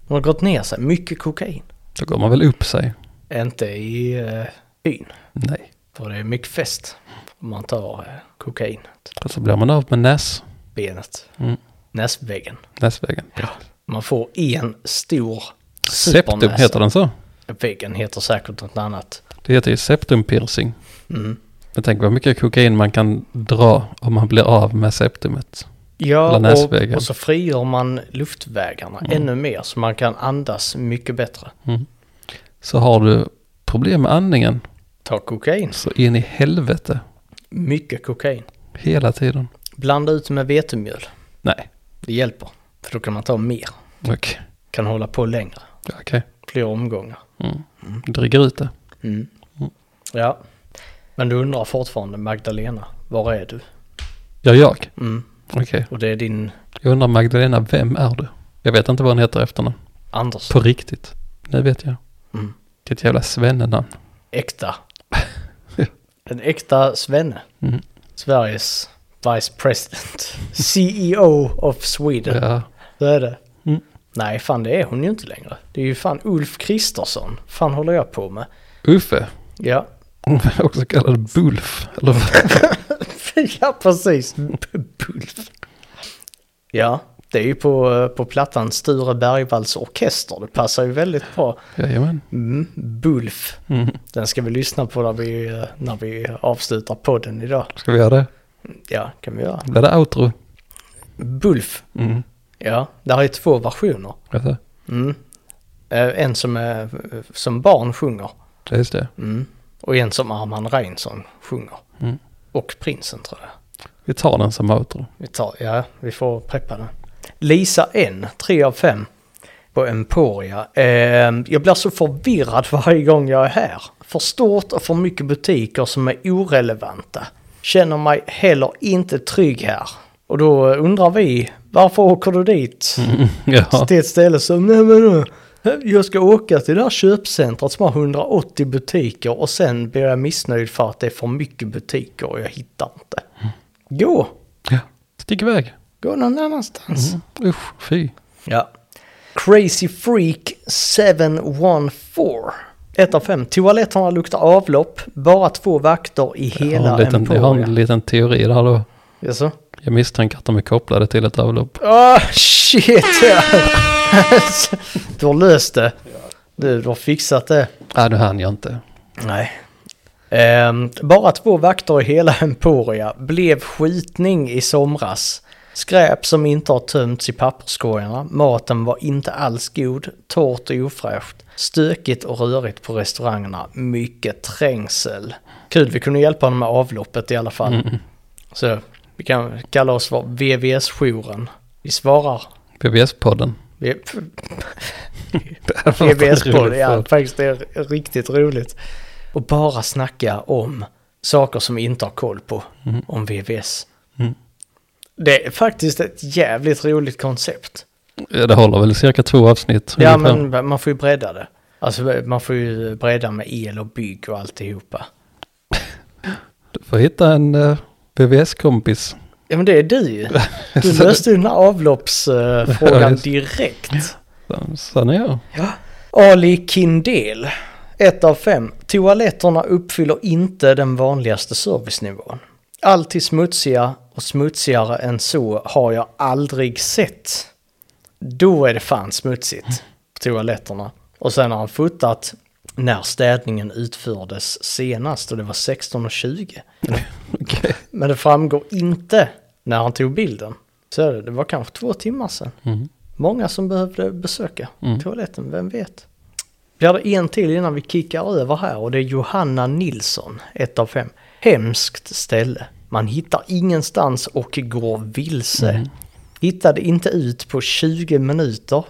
A: Hon har gått ner sig, mycket kokain.
B: Då går man väl upp sig?
A: Inte i eh, byn,
B: Nej.
A: för det är mycket fest om man tar eh, kokain.
B: Och så blir man av med näs,
A: Benet,
B: Mm.
A: näsväggen.
B: näsväggen.
A: Man får en stor
B: Septum
A: supernäsa.
B: heter den så.
A: Väggen heter säkert något annat.
B: Det heter ju septum piercing.
A: Mm.
B: Men tänk vad mycket kokain man kan dra om man blir av med septumet.
A: Ja,
B: Eller
A: och,
B: näsväggen. Mm.
A: och så frigör man luftvägarna ännu mer så man kan andas mycket bättre.
B: Så har du problem med andningen
A: Ta kokain,
B: så in i helvete
A: mycket kokain.
B: hela tiden.
A: Blanda ut med vetemjöl,
B: Nej,
A: det hjälper. För då kan man ta mer,
B: okej.
A: kan hålla på längre,
B: Ja, Okej,
A: fler omgångar.
B: dricker ut det.
A: Ja, men du undrar fortfarande Magdalena, var är du?
B: Ja, jag.
A: Mm.
B: Okej,
A: Och det är din
B: jag undrar Magdalena, vem är du? Jag vet inte vad hon heter efter namn.
A: Anders
B: På riktigt. Nu vet jag.
A: Mm.
B: Det är ett jävla svennenamn.
A: äkta. En äkta svenne.
B: Mm.
A: Sveriges vice president. CEO of Sweden.
B: Ja.
A: Så är det.
B: Mm.
A: Nej, fan det är hon ju inte längre. Det är ju fan Ulf Kristersson. Fan håller jag på med.
B: Uffe,
A: Ja,
B: också kallad Bulf. Eller vad?
A: ja precis.
B: Mm.
A: Bulf. Ja, det är ju på, eh, på plattan Sture Bergvalls orkester. Det passar ju väldigt bra.
B: Jajamän.
A: Mm, Bulf.
B: Mm.
A: Den ska vi lyssna på när vi, eh, när vi avslutar podden idag.
B: Ska vi göra det?
A: Ja, kan vi göra.
B: Blir det outro?
A: Bulf.
B: Mm.
A: Ja, där är två versioner.
B: Alltså,
A: Mm. Eh, En som, är, som barn sjunger
B: det är just det.
A: mm. och en som Arman Reinsson sjunger.
B: Mm.
A: Och prinsen tror jag.
B: Vi tar den som outro.
A: Vi tar, ja, vi får preppa den. Lisa N, 3 av 5 på Emporia. Ehm, jag blir så förvirrad varje gång jag är här. För stort och för mycket butiker som är orelevanta. Känner mig heller inte trygg här. Och då undrar vi, varför åker du dit?
B: Ja,
A: Till ett ställe som, nej men nu, jag ska åka till det här köpcentret som har 180 butiker och sen blir jag missnöjd för att det är för mycket butiker och jag hittar inte. Gå,
B: ja. stick iväg.
A: gå någon annanstans.
B: Mm. Usch, fy.
A: Mhm. Ja. Crazy Freak 714. 1 av 5. Toaletterna luktar avlopp, bara två vakter i
B: Jag har, en
A: hela
B: liten, jag har en
A: Emporia.
B: liten teori där då.
A: Jaså?
B: Jag misstänker att de är kopplade till ett avlopp.
A: Ah, shit! du har löst det. Du, du har fixat det.
B: Nej, nu hann jag inte.
A: Nej. Ehm, bara två vakter i hela Emporia. Blev skjutning i somras. Skräp som inte har tömts i papperskorgarna. Maten var inte alls god. Torrt och ofräscht. Stökigt och rörigt på restaurangerna. Mycket trängsel. Kul, vi kunde hjälpa honom med avloppet i alla fall. Så vi kan kalla oss för VVS-jouren. Vi svarar.
B: PBS-podden.
A: Vi,
B: Det var en
A: PBS på det,
B: rolig
A: ja
B: podd.
A: faktiskt det är riktigt roligt. Och bara snacka om saker som vi inte har koll på, om VVS. Det är faktiskt ett jävligt roligt koncept.
B: Ja, Det håller väl cirka två avsnitt.
A: Ja
B: ungefär.
A: men man får ju bredda det. Alltså man får ju bredda med el och bygg och alltihopa.
B: Du får hitta en uh, PBS-kompis.
A: Ja men det är du ju. Du löste ju den här avloppsfrågan direkt.
B: Sen är jag.
A: Ali Kindel, 1 av 5. Toaletterna uppfyller inte den vanligaste servicenivån. Alltid smutsiga och smutsigare än så har jag aldrig sett. Då är det fan smutsigt på toaletterna. Och sen har han fotat när städningen utfördes senast och det var 16.20.
B: Okej.
A: Men det framgår inte när han tog bilden. Så är det, det var kanske två timmar sedan. Många som behövde besöka toaletten, vem vet. Vi hade en till innan vi kickar över här och det är Johanna Nilsson, ett av fem. Hemskt ställe. Man hittar ingenstans och går vilse. Hittade inte ut på 20 minuter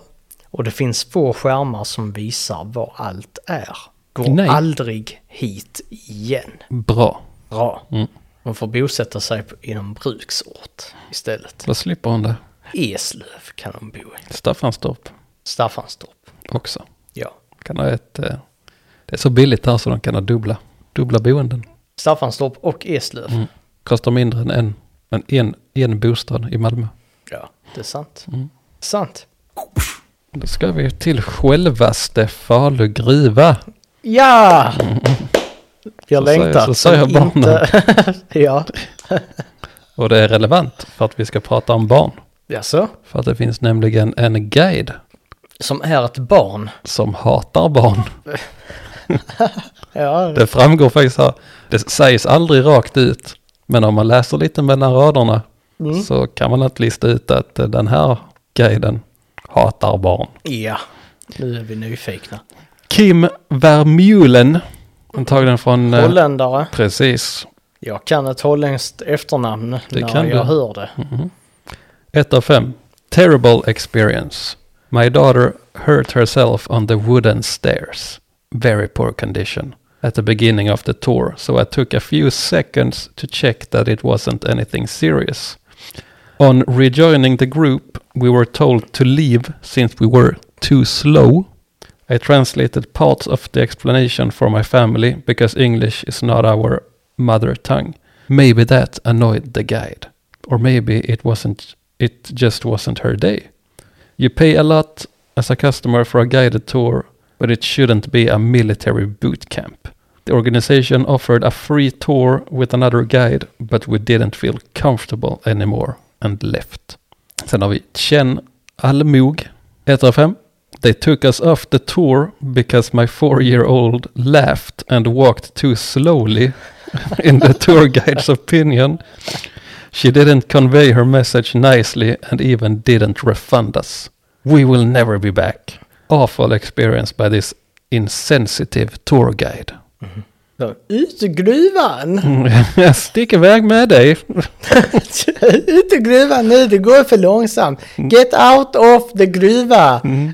A: och det finns få skärmar som visar var allt är. Går
B: Nej.
A: aldrig hit igen.
B: Bra.
A: Bra.
B: Mm.
A: Hon får bosätta sig på- i en bruksort istället.
B: Då slipper hon det.
A: Eslöv kan hon bo i.
B: Staffanstorp
A: Staffanstorp.
B: också.
A: Ja.
B: Kan ha ett... eh, Det är så billigt här så de kan ha dubbla, dubbla boenden.
A: Staffanstorp och Eslöv.
B: Mm. Kostar mindre än en, men en, en bostad i Malmö.
A: Ja, det är sant.
B: Mm.
A: Sant.
B: Då ska vi till självaste Falu gruva.
A: Ja! Jag
B: Så säger-
A: längtar.
B: så säger
A: som Inte... ja.
B: Och det är relevant för att vi ska prata om barn.
A: Jaså?
B: För att det finns nämligen en guide
A: Som är ett barn.
B: som hatar barn.
A: Ja,
B: Det framgår faktiskt här. Det sägs aldrig rakt ut. Men om man läser lite mellan raderna så kan man att lista ut att eh, den här guiden hatar barn.
A: ja. Nu är vi nyfikna.
B: Kim Vermeulen. Antagligen från... eh,
A: Holländare.
B: Precis.
A: Jag kan ett holländskt efternamn
B: Det
A: när
B: kan
A: jag
B: du. Mm.
A: hör det.
B: Ett av fem. Terrible experience. My daughter hurt herself on the wooden stairs. Very poor condition. At the beginning of the tour, so I took a few seconds to check that it wasn't anything serious. On rejoining the group, we were told to leave since we were too slow. I translated parts of the explanation for my family because English is not our mother tongue. Maybe that annoyed the guide. Or maybe it wasn't it just wasn't her day. You pay a lot as a customer for a guided tour, but it shouldn't be a military boot camp. The organization offered a free tour with another guide, but we didn't feel comfortable anymore and left. Sen har vi Chen Almog, 1 av 5. They took us off the tour because my four-year-old laughed and walked too slowly in the tour guide's opinion. She didn't convey her message nicely and even didn't refund us. We will never be back. Awful experience by this insensitive tour guide.
A: Så, Ut ur gruvan!
B: Stick iväg med dig.
A: Ut ur gruvan nu, det går för långsamt. Get out of the gruva!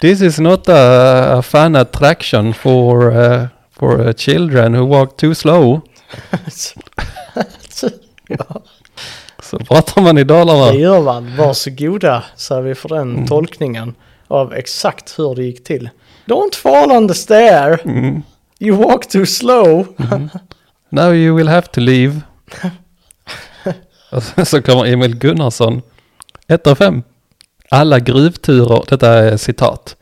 B: This is not a, a fun attraction for, uh, for uh, children who walk too slow.
A: ja,
B: Så pratar man i Dalarna.
A: det gör man. Varsågoda, säger vi för den tolkningen av exakt hur det gick till. Don't fall on the stair! You walk too slow!
B: Now you will have to leave. Och sen så kommer Emil Gunnarsson. 1 av 5. Alla gruvturer, detta är citat.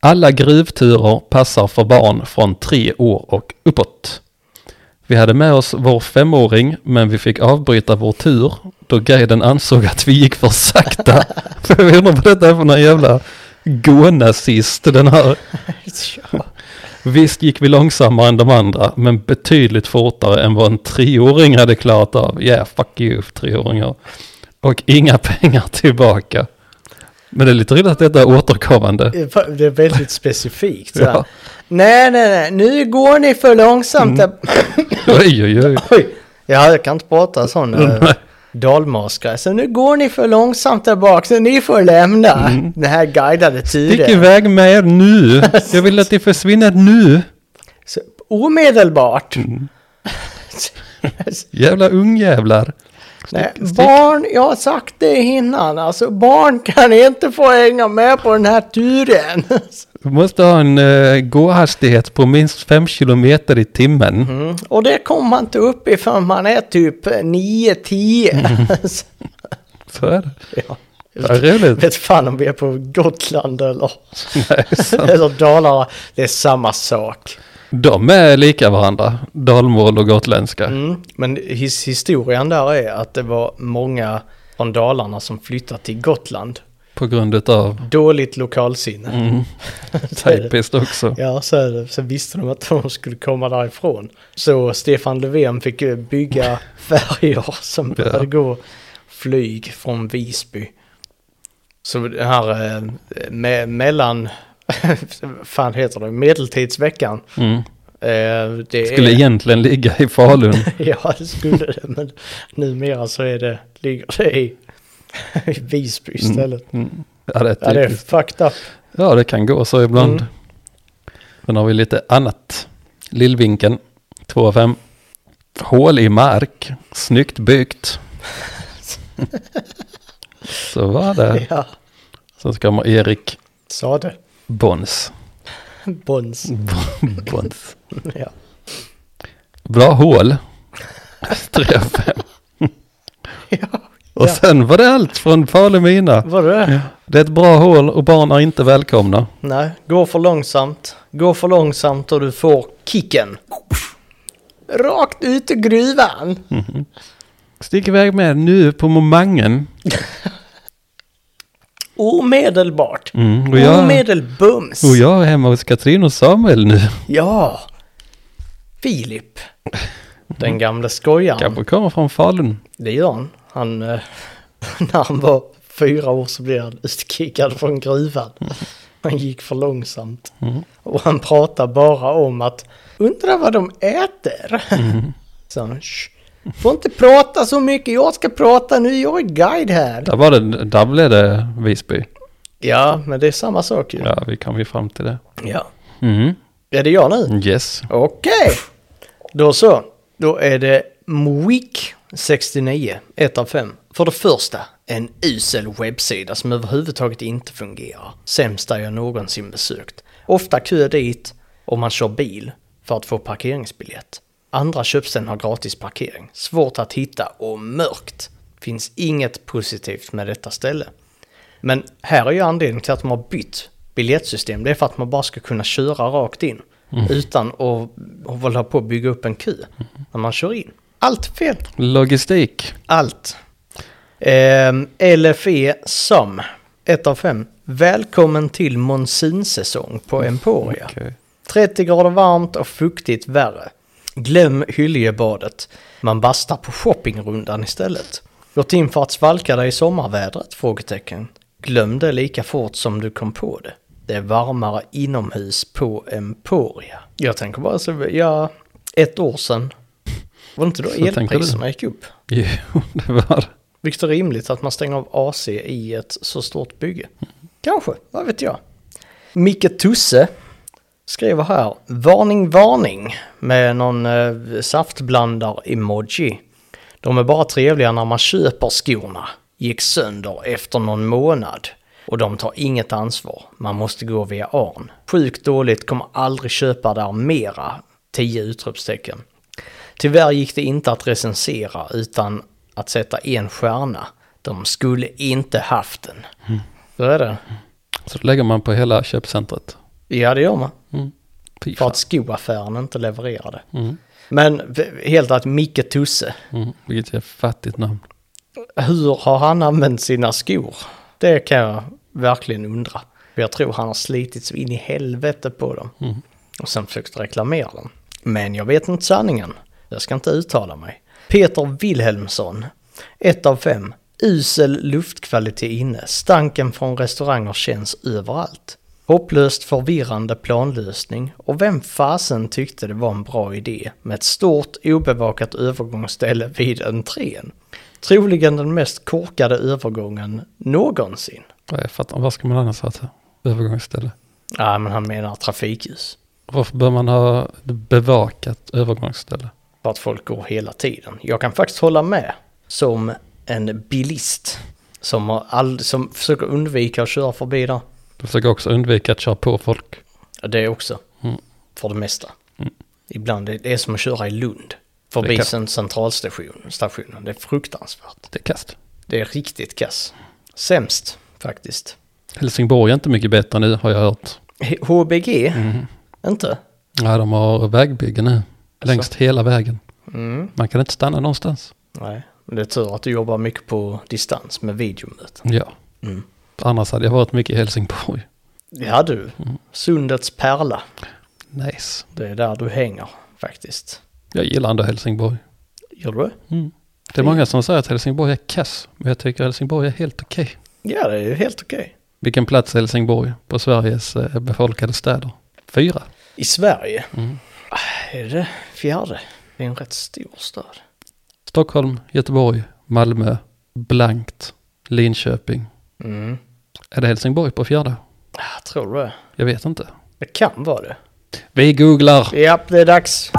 B: Alla gruvturer passar för barn från tre år och uppåt. Vi hade med oss vår femåring, men vi fick avbryta vår tur då guiden ansåg att vi gick för sakta. för jag undrar vad detta är för någon jävla gå-nazist, den här
A: ja.
B: Visst gick vi långsammare än de andra, men betydligt fortare än vad en treåring hade klarat av. Yeah, fuck you, treåringar. Och inga pengar tillbaka. Men det är lite roligt att detta är återkommande.
A: Det är väldigt specifikt. så här.
B: Ja.
A: Nej, nej, nej, nu går ni för långsamt.
B: Oj, oj, oj.
A: Oj! Ja, jag kan inte prata sån eh, dalmaska. Så nu går ni för långsamt där bak, så ni får lämna den här guidade
B: Stick
A: turen.
B: iväg med er nu. Jag vill att ni försvinner nu.
A: Så, omedelbart!
B: Jävla ungjävlar.
A: Nej, barn, jag har sagt det innan, alltså barn kan inte få hänga med på den här turen.
B: Du måste ha en uh, gåhastighet på minst fem kilometer i timmen.
A: Och det kommer man inte upp i förrän man är typ 9-10.
B: Så är det.
A: Ja.
B: Det är roligt.
A: Vet fan om vi är på Gotland eller,
B: Nej, sant.
A: eller Dalarna, det är samma sak.
B: De är lika varandra, dalmål och gotländska.
A: Mm. Men his historien där är att det var många från Dalarna som flyttade till Gotland.
B: På grund utav
A: Dåligt lokalsinne.
B: mm, Typ,
A: Så är det.
B: typiskt också.
A: Ja, så är det. Sen visste de att de skulle komma därifrån. Så Stefan Löfven fick eh, bygga färjor som
B: Ja.
A: började gå flyg från Visby. Så den här eh, me- mellan, vad fan heter det, medeltidsveckan.
B: Mm.
A: Eh, det
B: Skulle
A: är,
B: egentligen ligga i Falun.
A: Ja, det skulle det. Men numera så är det, ligger det i, i Visby istället.
B: Mm. Ja, det
A: Ja,
B: är
A: det är
B: typiskt.
A: fucked up.
B: Ja, det kan gå så ibland.
A: Mm.
B: Sen har vi lite annat. Lillvinkeln, 2 av 5. Hål i mark, snyggt byggt. så var det.
A: Ja,
B: Sen kommer Erik
A: sa det.
B: Bons. Mm.
A: Bons.
B: Bons.
A: Ja.
B: Bra hål. 3 av 5.
A: ja,
B: Och
A: Ja.
B: sen var det allt från Palomina.
A: var det det?
B: Det är ett bra hål och barn är inte välkomna.
A: Nej, gå för långsamt. Gå för långsamt och du får kicken. Rakt ut ur gruvan.
B: Mm. Stick iväg med nu på momangen.
A: Omedelbart.
B: Mm, och, jag,
A: Omedelbums.
B: och jag är hemma hos Katrin och Samuel nu.
A: Ja. Filip. Den gamle skojaren.
B: Kanske kommer från Falun.
A: Det gör han. Han, eh, när han var fyra år så blev han utkickad från gruvan.
B: Mm.
A: Han gick för långsamt. Och han pratade bara om att undra vad de äter.
B: Mm.
A: Så han, "Shh, får inte prata så mycket, jag ska prata nu, jag är guide här.
B: Där, var det, där blev det Visby.
A: Ja, men det är samma sak ju.
B: Ja, vi kan vi fram till det.
A: Ja.
B: Mm.
A: Är det jag nu?
B: Yes.
A: Okej. Då så. Då är det Mowick 69, 1 av 5. För det första, en usel webbsida som överhuvudtaget inte fungerar. Sämsta jag någonsin besökt. Ofta kö dit om man kör bil för att få parkeringsbiljett. Andra köpställen har gratis parkering. Svårt att hitta och mörkt. Finns inget positivt med detta ställe. Men här är ju anledningen till att de har bytt biljettsystem. Det är för att man bara ska kunna köra rakt in. Utan att att hålla på att bygga upp en kö när man kör in. Allt fel.
B: Logistik.
A: Allt. Ehm, LFE SAM 1 av 5. Välkommen till monsunsäsong på Emporia.
B: Okej.
A: 30 grader varmt och fuktigt värre. Glöm Hyljebadet. Man bastar på shoppingrundan istället. Gått in för att svalka dig i sommarvädret? Frågetecken. Glöm det lika fort som du kom på det. Det är varmare inomhus på Emporia. Jag tänker bara så, ja, ett år sedan. Var det inte då
B: Så tänker du.
A: elpriserna gick upp?
B: Jo, det var det.
A: Vilket är rimligt att man stänger av AC i ett så stort bygge. Kanske, vad vet jag. Micke Tusse skriver här, varning varning med någon eh, saftblandar-emoji. De är bara trevliga när man köper skorna. Gick sönder efter någon månad. Och de tar inget ansvar. Man måste gå via ARN. Sjukt dåligt, kommer aldrig köpa där mera. 10 utropstecken. Tyvärr gick det inte att recensera utan att sätta en stjärna. De skulle inte haft den. Så är det.
B: Så lägger man på hela köpcentret.
A: Ja, det gör man.
B: Fy
A: För
B: fan.
A: att skoaffären inte levererade. Men v- helt att Micke Tusse,
B: Mm. Vilket är fattigt namn.
A: hur har han använt sina skor? Det kan jag verkligen undra. För Jag tror han har slitit så in i helvete på dem. Och sen försökt reklamera dem. Men jag vet inte sanningen. Jag ska inte uttala mig. Peter Wilhelmsson, 1 av 5. Usel luftkvalitet inne. Stanken från restauranger känns överallt. Hopplöst förvirrande planlösning och vem fasen tyckte det var en bra idé med ett stort obevakat övergångsställe vid entrén? Troligen den mest korkade övergången någonsin.
B: Ja, Jag fattar, vad ska man annars ha till övergångsställe?
A: Ja, men han menar trafikljus.
B: Varför bör man ha ett bevakat övergångsställe?
A: För att folk går hela tiden. Jag kan faktiskt hålla med som en bilist som, har all, som försöker undvika att köra förbi där.
B: Jag försöker också undvika att köra på folk.
A: Ja, Det också. För det mesta. Ibland är det är som att köra i Lund. Förbi
B: Det kan-
A: cen- centralstationen. Stationen. Det är fruktansvärt.
B: Det är kast.
A: Det är riktigt kass. Sämst faktiskt. Mm-hmm.
B: Helsingborg är inte mycket bättre nu har jag hört.
A: H- HBG? Inte?
B: Ja, de har vägbygge nu. Längs hela vägen.
A: Mm.
B: Man kan inte stanna någonstans.
A: Nej, men det är tur att du jobbar mycket på distans med videomöten.
B: Ja.
A: Mm.
B: Annars hade jag varit mycket i Helsingborg.
A: Ja du, Sundets pärla.
B: Nice.
A: Det är där du hänger faktiskt.
B: Jag gillar ändå Helsingborg.
A: Gör du det?
B: Mm. Det är många som säger att Helsingborg är kass, men jag tycker Helsingborg är helt okej.
A: Ja, det är ju helt okej.
B: Vilken plats är Helsingborg på Sveriges eh, befolkade städer? Fyra.
A: I Sverige
B: Mm.
A: Ah, är det fjärde. Det är en rätt stor stad.
B: Stockholm, Göteborg, Malmö, blankt, Linköping.
A: Mm.
B: Är det Helsingborg på fjärde?
A: Ah, tror du det?
B: Jag vet inte.
A: Det kan vara det.
B: Vi googlar.
A: Japp, det är dags.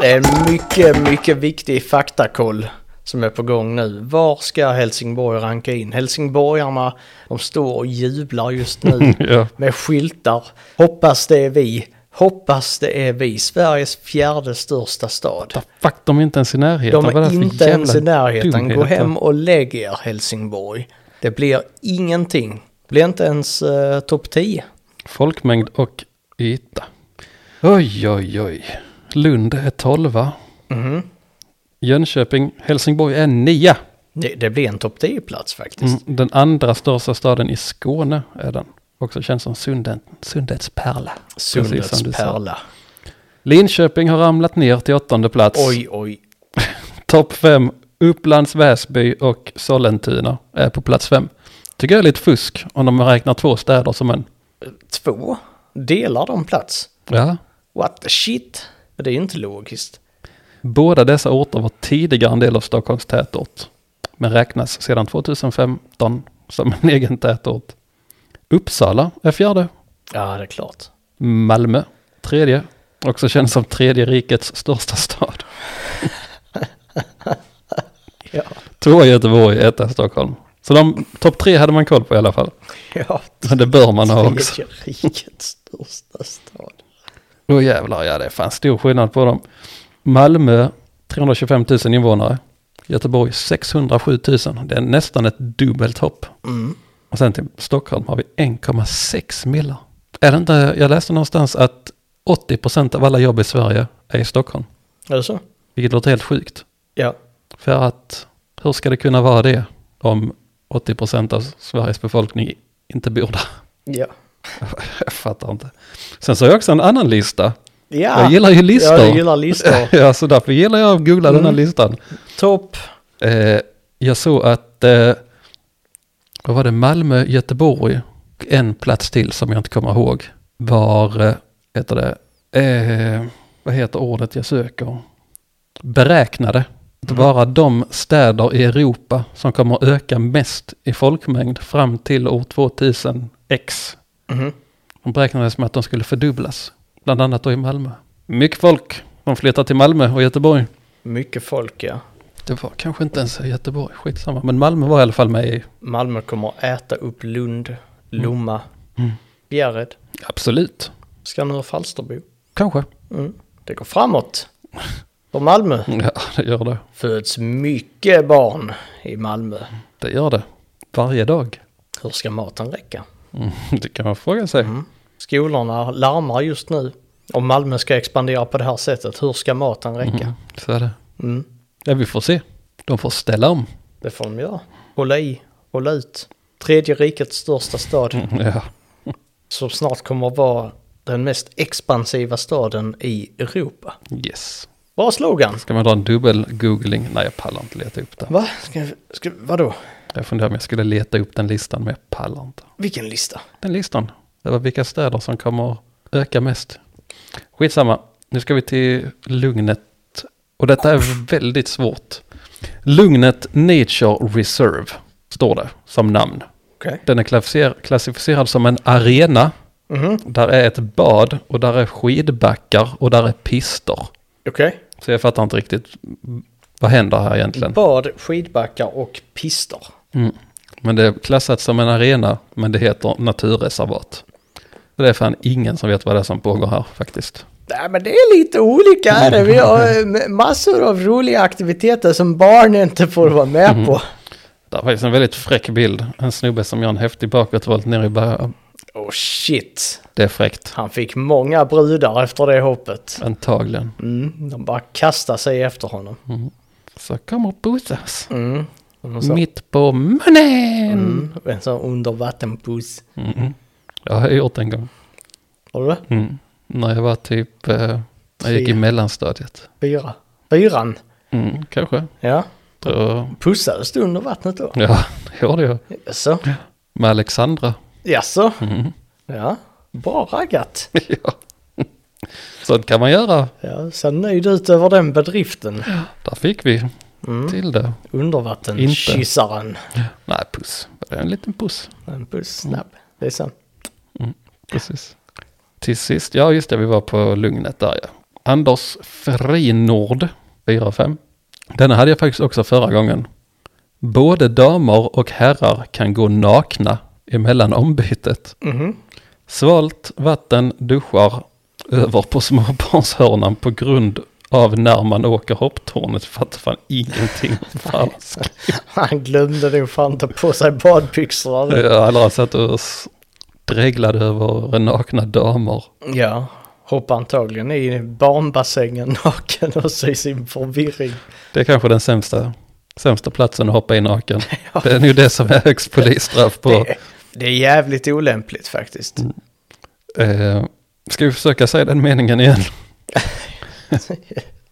A: Det är en mycket, mycket viktig faktakoll som är på gång nu. Var ska Helsingborg ranka in? Helsingborgarna, de står och jublar just nu
B: Ja.
A: med skyltar. Hoppas det är vi. Hoppas det är vi. Sveriges fjärde största stad.
B: The Ah, fuck, de är inte ens i närheten.
A: De
B: Vad det
A: är
B: för
A: inte
B: jävla
A: ens i närheten. Gå
B: dumheter?
A: hem och lägg er Helsingborg. Det blir ingenting. Det blir inte ens uh, topp 10.
B: Folkmängd och yta. Oj, oj, oj. Lund är tolva.
A: Mhm.
B: Jönköping, Helsingborg är nia.
A: Det, det blir en topp 10-plats faktiskt.
B: Mm, den andra största staden i Skåne är den. Också känns som Sunden, Sundets pärla. Precis som
A: Sundets
B: du sa.
A: pärla.
B: Linköping har ramlat ner till åttonde plats.
A: Oj, oj.
B: Topp fem, Upplands Väsby och Sollentuna är på plats fem. Tycker jag är lite fusk om de räknar två städer som en.
A: Två. Delar de plats?
B: Ja.
A: What the shit? Det är inte logiskt.
B: Båda dessa orter var tidigare en del av Stockholms tätort, men räknas sedan 2015 som en egen tätort. Uppsala är fjärde,
A: Ja, det är klart.
B: Malmö tredje, också känns som tredje rikets största stad.
A: Ja,
B: Två Göteborg, etta Stockholm. Så de topp tre hade man koll på i alla fall.
A: ja.
B: Men det bör man ha också.
A: Tredje rikets största stad.
B: Åh jävlar, ja det är fan stor skillnad på dem. Malmö 325 000 invånare. Göteborg 607 000. Det är nästan ett dubbelt hopp.
A: Mm.
B: Och sen till Stockholm har vi 1,6 millar. Är det inte, jag läste någonstans att 80% av alla jobb i Sverige är i Stockholm.
A: Är det så?
B: Vilket låter helt sjukt.
A: Ja.
B: För att hur ska det kunna vara det om 80% av Sveriges befolkning inte bor där?
A: Ja.
B: Jag fattar inte. Sen så har jag också en annan lista.
A: ja.
B: Jag gillar ju listor.
A: Ja, du gillar listor. Mm.
B: ja, så därför gillar jag att googla den här listan.
A: Topp.
B: Eh, jag såg att, eh, vad var det, Malmö, Göteborg, och en plats till som jag inte kommer ihåg, var, eh, heter det, eh, vad heter ordet jag söker? Beräknade. Att vara de städer i Europa som kommer att öka mest i folkmängd fram till år 2000x.
A: Mhm.
B: De beräknade som att de skulle fördubblas, bland annat då i Malmö. Mycket folk, de flyttar till Malmö och Göteborg.
A: Mycket folk, ja.
B: Det var kanske inte ens Göteborg, skitsamma. Men Malmö var i alla fall med i.
A: Malmö kommer att äta upp Lund, Lomma,
B: Mm.
A: Bjärred,
B: Absolut.
A: Skanör och Falsterbo.
B: Kanske.
A: Mm. Det går framåt. För Malmö.
B: Ja, det gör det.
A: föds mycket barn i Malmö.
B: Det gör det. Varje dag.
A: Hur ska maten räcka?
B: Mm, det kan man fråga sig.
A: Skolorna larmar just nu. Om Malmö ska expandera på det här sättet, hur ska maten
B: Mm,
A: räcka?
B: så är det.
A: Mm.
B: Ja, vi får se. De får ställa om.
A: Det får de göra. Hålla i, hålla ut. Tredje rikets största stad,
B: Ja.
A: som snart kommer att vara den mest expansiva staden i Europa.
B: Yes.
A: Bra slogan!
B: Ska man dra en dubbel googling? Nej, jag pallar inte leta upp den.
A: Va? Ska, vi- ska, vadå?
B: Jag funderar om jag skulle leta upp den listan, men jag pallar inte.
A: Vilken lista?
B: Den listan. Det var vilka städer som kommer öka mest. Skitsamma. Nu ska vi till Lugnet. Och detta är väldigt svårt. Lugnet Nature Reserve står det som namn.
A: Okej.
B: Den är klassificer- klassificerad som en arena.
A: Mhm.
B: Där är ett bad och där är skidbackar och där är pister.
A: Okej.
B: Så jag fattar inte riktigt mm, vad händer här egentligen.
A: Bad, skidbackar och pister.
B: Mm. Men det är klassat som en arena, men det heter naturreservat. Så det är fan ingen som vet vad det är som pågår här faktiskt.
A: Nej, men det är lite olika är det. Vi har eh, massor av roliga aktiviteter som barn inte får vara med på.
B: Det är faktiskt en väldigt fräck bild. En snubbe som gör en häftig bakåtvolt ner i bä-
A: Oh shit.
B: Det är fräckt.
A: Han fick många brudar efter det hoppet.
B: Antagligen.
A: Mm, de bara kastade sig efter honom.
B: Så kommer Bossas.
A: Och Mm, så,
B: Mitt på munnen!
A: mm, en sån undervattenpuss.
B: Jag har gjort en gång.
A: Har du det?
B: Mm. När jag var typ, eh, jag gick i
A: Tre.
B: mellanstadiet.
A: Fyra. Fyran.
B: Mm, kanske.
A: Ja.
B: Då,
A: Pussades du under vattnet då?
B: ja, det gjorde jag.
A: Jaså?
B: Med Alexandra.
A: Jaså? Ja. Bra raggat.
B: ja. Sånt kan man göra.
A: Ja, ser nöjd ut över den bedriften.
B: Där fick vi till det.
A: Undervattenkyssaren.
B: Nej, puss. Det är en liten puss.
A: En puss snabb. Det är sant.
B: Precis. Till sist, ja just det, vi var på Lugnet där ja. Anders Frinord, 4 och 5. Denna hade jag faktiskt också förra gången. Både damer och herrar kan gå nakna emellan ombytet. Svalt vatten duschar över på småbarnshörnan på grund av när man åker hopptornet fattar fan ingenting falskt.
A: Han glömde nog fan ta på sig badbyxorna.
B: Jag har aldrig satt och s- dreglade över nakna damer.
A: Ja, hoppar antagligen i barnbassängen naken och så i sin förvirring.
B: Det är kanske den sämsta, sämsta platsen att hoppa i naken. Det är nog det som är högst polisstraff på.
A: Det, det är jävligt olämpligt faktiskt.
B: Mm. Eh, ska vi försöka säga den meningen igen?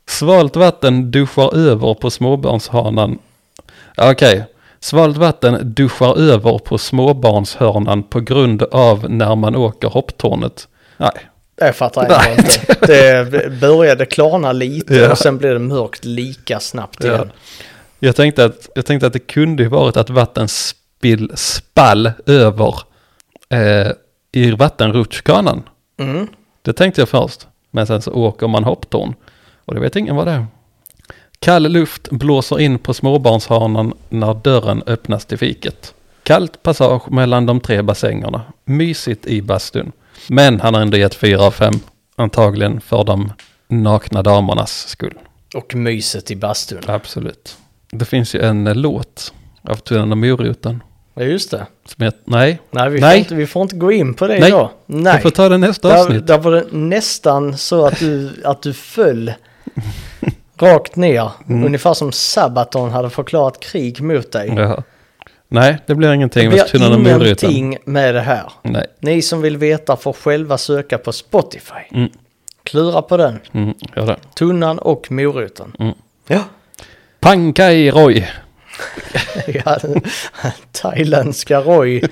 B: Svalt vatten duschar över på småbarnshörnan. Ja, Okej. Svalt vatten duschar över på småbarnshörnan på grund av när man åker hopptornet. Nej,
A: Jag fattar ändå
B: Nej.
A: inte. Det började klarna lite
B: Ja.
A: och sen blev det mörkt lika snabbt
B: Ja.
A: igen.
B: Jag tänkte att, jag tänkte att det kunde ju varit att vatten spill, spall över eh, i vattenrutschkanan. Det tänkte jag först, men sen så åker man hopptorn. Och det vet ingen vad det är. Kall luft blåser in på småbarnshanan när dörren öppnas till fiket. Kallt passage mellan de tre bassängerna. Mysigt i bastun. Men han har ändå gett fyra av fem. Antagligen för de nakna damernas skull.
A: Och myset i bastun.
B: Absolut. Det finns ju en eh, låt av Turen och moroten.
A: Ja, just det.
B: Som heter, nej,
A: Nej, vi,
B: Nej.
A: Får inte, vi får inte gå in på det
B: Nej.
A: idag.
B: vi
A: Nej.
B: får ta den nästa
A: Där,
B: avsnitt.
A: där var det nästan så att du, att du föll rakt ner. Ungefär som Sabaton hade förklarat krig mot dig.
B: Mm. Ja. Nej, det blir ingenting
A: Vi
B: med Turen och
A: har
B: moroten.
A: ingenting med det här.
B: Nej,
A: Ni som vill veta får själva söka på Spotify. Klura på den.
B: mm, gör det.
A: Tunnan och moroten.
B: Mm.
A: Ja.
B: Pankaj Roy.
A: ja, thailändska Roy.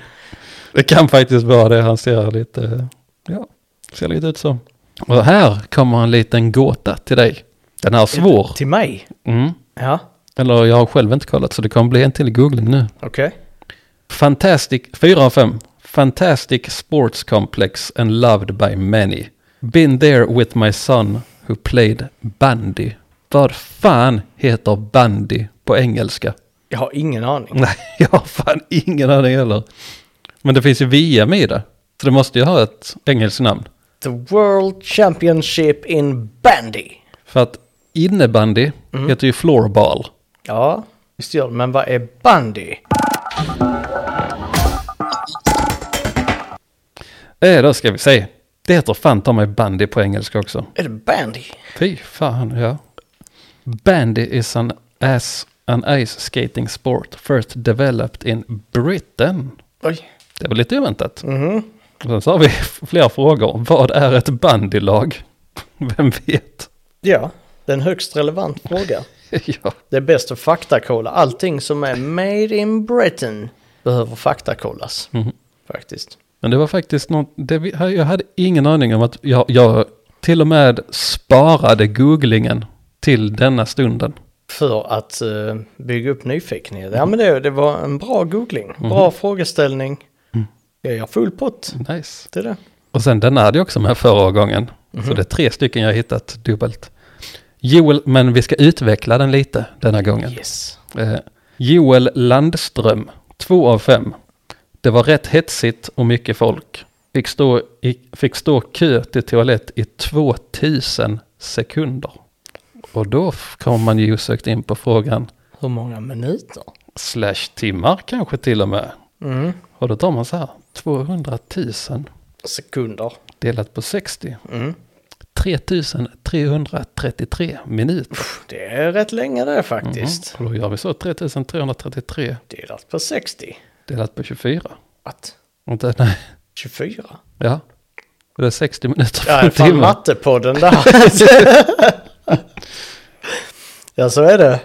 B: Det kan faktiskt vara det. Han ser lite, eh, ja, ser lite ut så. Och här kommer en liten gåta till dig. Den här är svår.
A: Till mig.
B: Mm.
A: Ja,
B: Eller jag har själv inte kollat så det kommer bli en till googling nu.
A: okej.
B: Fantastic, 4 av 5. Fantastic sports complex and loved by many. Been there with my son who played bandy. Vad fan heter bandy på engelska?
A: Jag har ingen aning.
B: Nej, jag har fan ingen aning heller. Men det finns ju VM i det. Så det måste ju ha ett engelskt namn.
A: The World Championship in Bandy.
B: För att innebandy heter ju floorball.
A: Ja, visst gör det. Men vad är bandy?
B: Eh, då ska vi se. Det heter fan ta mig bandy på engelska också.
A: Är det bandy?
B: Fy fan, ja. Bandy is an, as an ice skating sport first developed in Britain.
A: Oj.
B: Det var lite oväntat. Sen så har vi fler frågor. Vad är ett bandylag? Vem vet?
A: Ja, det är en högst relevant fråga.
B: ja.
A: Det är bäst att faktakolla. Allting som är made in Britain behöver faktakollas. Faktiskt.
B: Men det var faktiskt något, det, vi- jag hade ingen aning om att jag, jag till och med sparade googlingen till denna stunden.
A: För att eh, bygga upp nyfikenhet. Ja men det, det var en bra googling. Bra frågeställning. Jag gör full pott
B: Nice.
A: till det.
B: Och sen denna hade jag också med förra gången. Så det är tre stycken jag har hittat dubbelt. Joel, men vi ska utveckla den lite denna gången.
A: Yes.
B: Eh, Joel Landström, två av fem. Det var rätt hetsigt och mycket folk. Fick stå, i, fick stå kö till toalett i 2000 sekunder. Och då f- kommer man ju osökt in på frågan,
A: Hur många minuter?
B: slash timmar kanske till och med. Och då tar man så här, 200 000
A: Sekunder.
B: delat på 60.
A: Mm.
B: 3 333 minuter.
A: Det är rätt länge det faktiskt.
B: Och då gör vi så 3 333
A: Delat på 60.
B: delat på 24.
A: Att
B: Inte, nej,
A: 24?
B: ja. Det är 60 minuter
A: Ja, det
B: för
A: är
B: en
A: fan
B: timme.
A: mattepodden där. ja, så är det.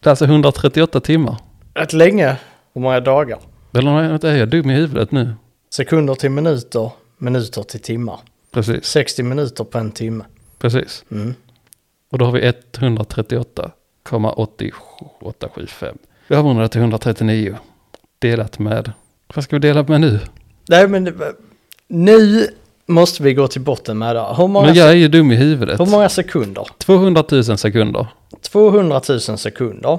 B: Det är alltså 138 timmar.
A: Rätt länge. Hur många dagar?
B: Eller nej, vänta, är jag dum i huvudet nu?
A: Sekunder till minuter, minuter till timmar.
B: Precis,
A: 60 minuter på en timme.
B: precis.
A: Mm.
B: Och då har vi 138,875. Vi avrundar till 139. Delat med, vad ska vi dela med nu?
A: Nej, men det- nu måste vi gå till botten med det här. Hur många,
B: Men jag är ju dum i huvudet.
A: hur många sekunder?
B: 200 000 sekunder.
A: 200 000 sekunder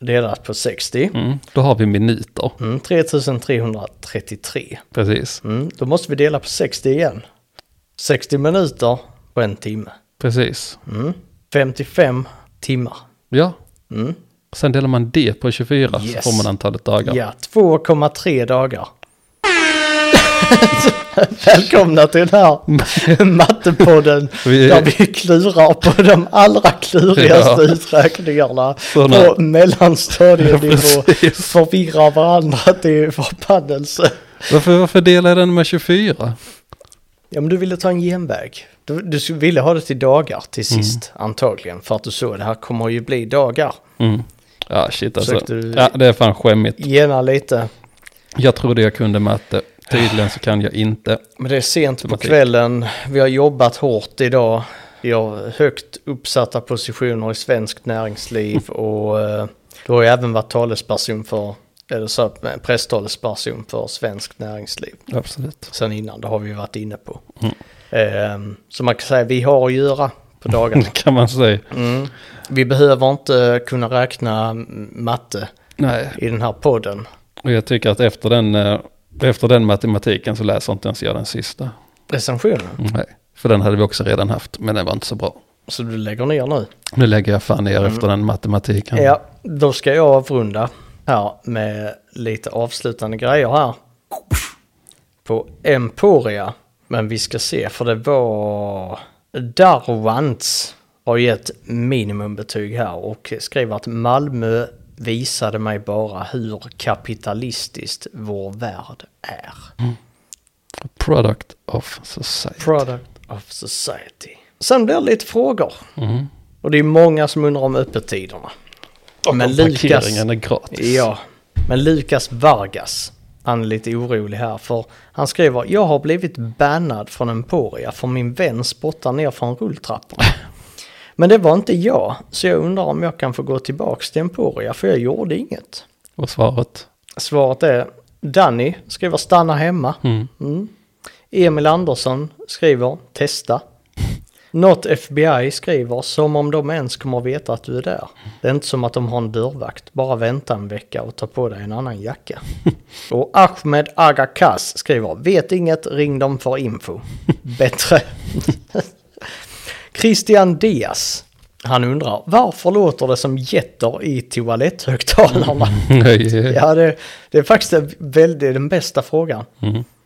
A: delat på 60.
B: Mm. Då har vi minuter.
A: Mm, 3333.
B: Precis,
A: Mm, då måste vi dela på 60 igen. 60 minuter på en timme.
B: precis.
A: Mm. 55 timmar.
B: Ja,
A: Mm.
B: sen delar man det på 24
A: Yes.
B: så får man antalet dagar.
A: Ja, 2,3 dagar. Välkomna till den här mattepodden
B: Vi-
A: där vi klurar på de allra klurigaste
B: Ja.
A: uträkningarna
B: Såna-
A: på mellanstadienivå.
B: Precis.
A: Förvirrar varandra till förbannelse.
B: Varför, varför delar jag den med 24?
A: Ja, men du ville ta en genväg. Du, du skulle- ville ha det till dagar till sist, antagligen. För att du såg det här kommer ju bli dagar.
B: Mm. Ja, shit alltså.
A: Försökte du-
B: Ja, det är fan skämmigt.
A: Gena lite.
B: Jag trodde jag kunde matte. Tydligen så kan jag inte.
A: Men det är sent på
B: Matematik.
A: kvällen, vi har jobbat hårt idag. Vi har högt uppsatta positioner i svenskt näringsliv och eh, du har ju även varit talesperson för, eller så, här, presstalesperson för svenskt näringsliv.
B: Absolut.
A: Sen innan, det har vi ju varit inne på. Eh, Så man kan säga, vi har att göra på dagarna.
B: Kan man säga.
A: Mm. Vi behöver inte kunna räkna matte
B: Nej,
A: i den här podden.
B: och jag tycker att efter den, eh, efter den matematiken så läser inte ens jag den sista.
A: Recensionen,
B: Nej, för den hade vi också redan haft, men den var inte så bra.
A: så du lägger ner nu.
B: Nu lägger jag fan ner efter den matematiken.
A: Mm. Ja, då ska jag avrunda här med lite avslutande grejer här. På Emporia. Men vi ska se, för det var... Darwans har gett minimumbetyg här och skriver att Malmö visade mig bara hur kapitalistiskt vår värld är.
B: Product of society.
A: Product of society. Sen blir det lite frågor.
B: Mm.
A: Och det är många som undrar om öppettiderna. Men
B: Parkeringen är gratis.
A: Ja, men Lukas Vargas, han är lite orolig här för han skriver jag har blivit bannad från Emporia för min vän spottar ner från rulltrappan. Men det var inte jag, så jag undrar om jag kan få gå tillbaks till Emporia för jag gjorde inget.
B: Och svaret?
A: Svaret är Danny skriver stanna hemma. Mm. Emil Andersson skriver testa. Något FBI skriver som om de ens kommer veta att du är där. Det är inte som att de har en dörrvakt. Bara vänta en vecka och ta på dig en annan jacka. och Ahmed Agakas skriver vet inget, ring dem för info. Bättre. Christian Diaz. Han undrar varför låter det som getter i toaletthögtalarna?
B: Nej.
A: Ja, det, det är faktiskt en väldigt, den bästa frågan.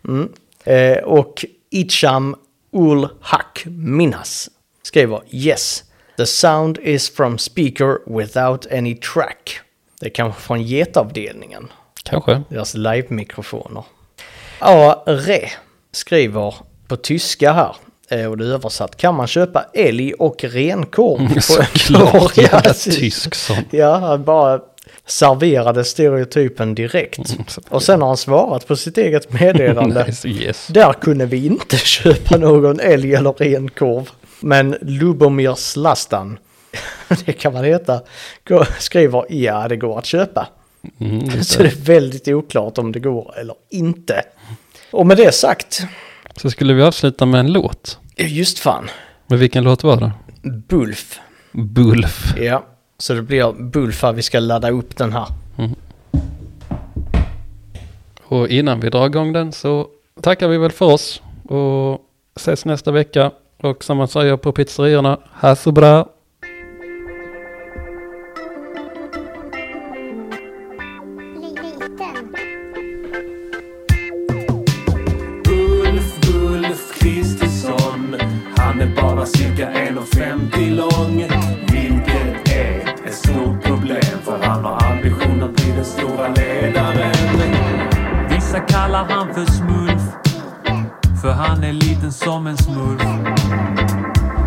A: Mm. Eh, och Icham Ul Haq Minas skriver Yes, the sound is from speaker without any track. Det är kanske från getavdelningen,
B: Kanske.
A: deras live-mikrofoner. A. Re skriver på tyska här, eh, och det är översatt, kan man köpa älg och renkorv på
B: Såklart.
A: Ja,
B: Mm, Jävla
A: precis.
B: tysk sån.
A: Ja, han bara serverade stereotypen direkt. Och sen har han svarat på sitt eget meddelande.
B: Mm, Nice, yes.
A: Där kunde vi inte köpa någon älg eller renkorv. Men Lubomir Slastan, det kan man heta, går- skriver ja det går att köpa.
B: Mm,
A: Så det är väldigt oklart om det går eller inte. Och med det sagt,
B: Så skulle vi avsluta med en låt.
A: just fan,
B: Men vilken låt var det?
A: Bulf.
B: Bulf.
A: Ja, så det blir Bulfa vi ska ladda upp den här.
B: Och innan vi drar igång den så tackar vi väl för oss. Och ses nästa vecka. Och som man säger på pizzerierna, ha så bra.
F: Liten. var cirka 1,50 lång. Vilket är ett stort problem för han har ambition att bli den stora ledaren. Vissa kallar han för smurf. För han är liten som en smurf.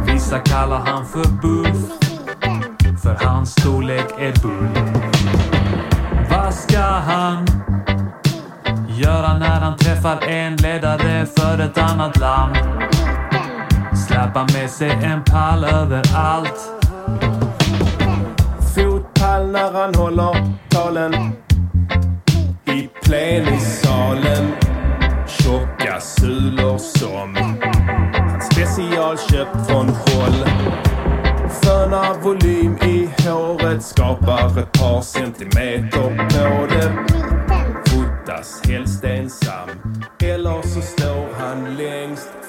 F: Vissa kallar han för bulf. För hans storlek är bull. Vad ska han göra när han träffar en ledare för ett annat land? Släpa med sig en pall överallt.
G: fotpall när han håller talen. I plenisalen tjocka sulor som han specialköpt från Scholl. Fönar volym i håret, skapar ett par centimeter på det. Fotas helst ensam, eller så står han längst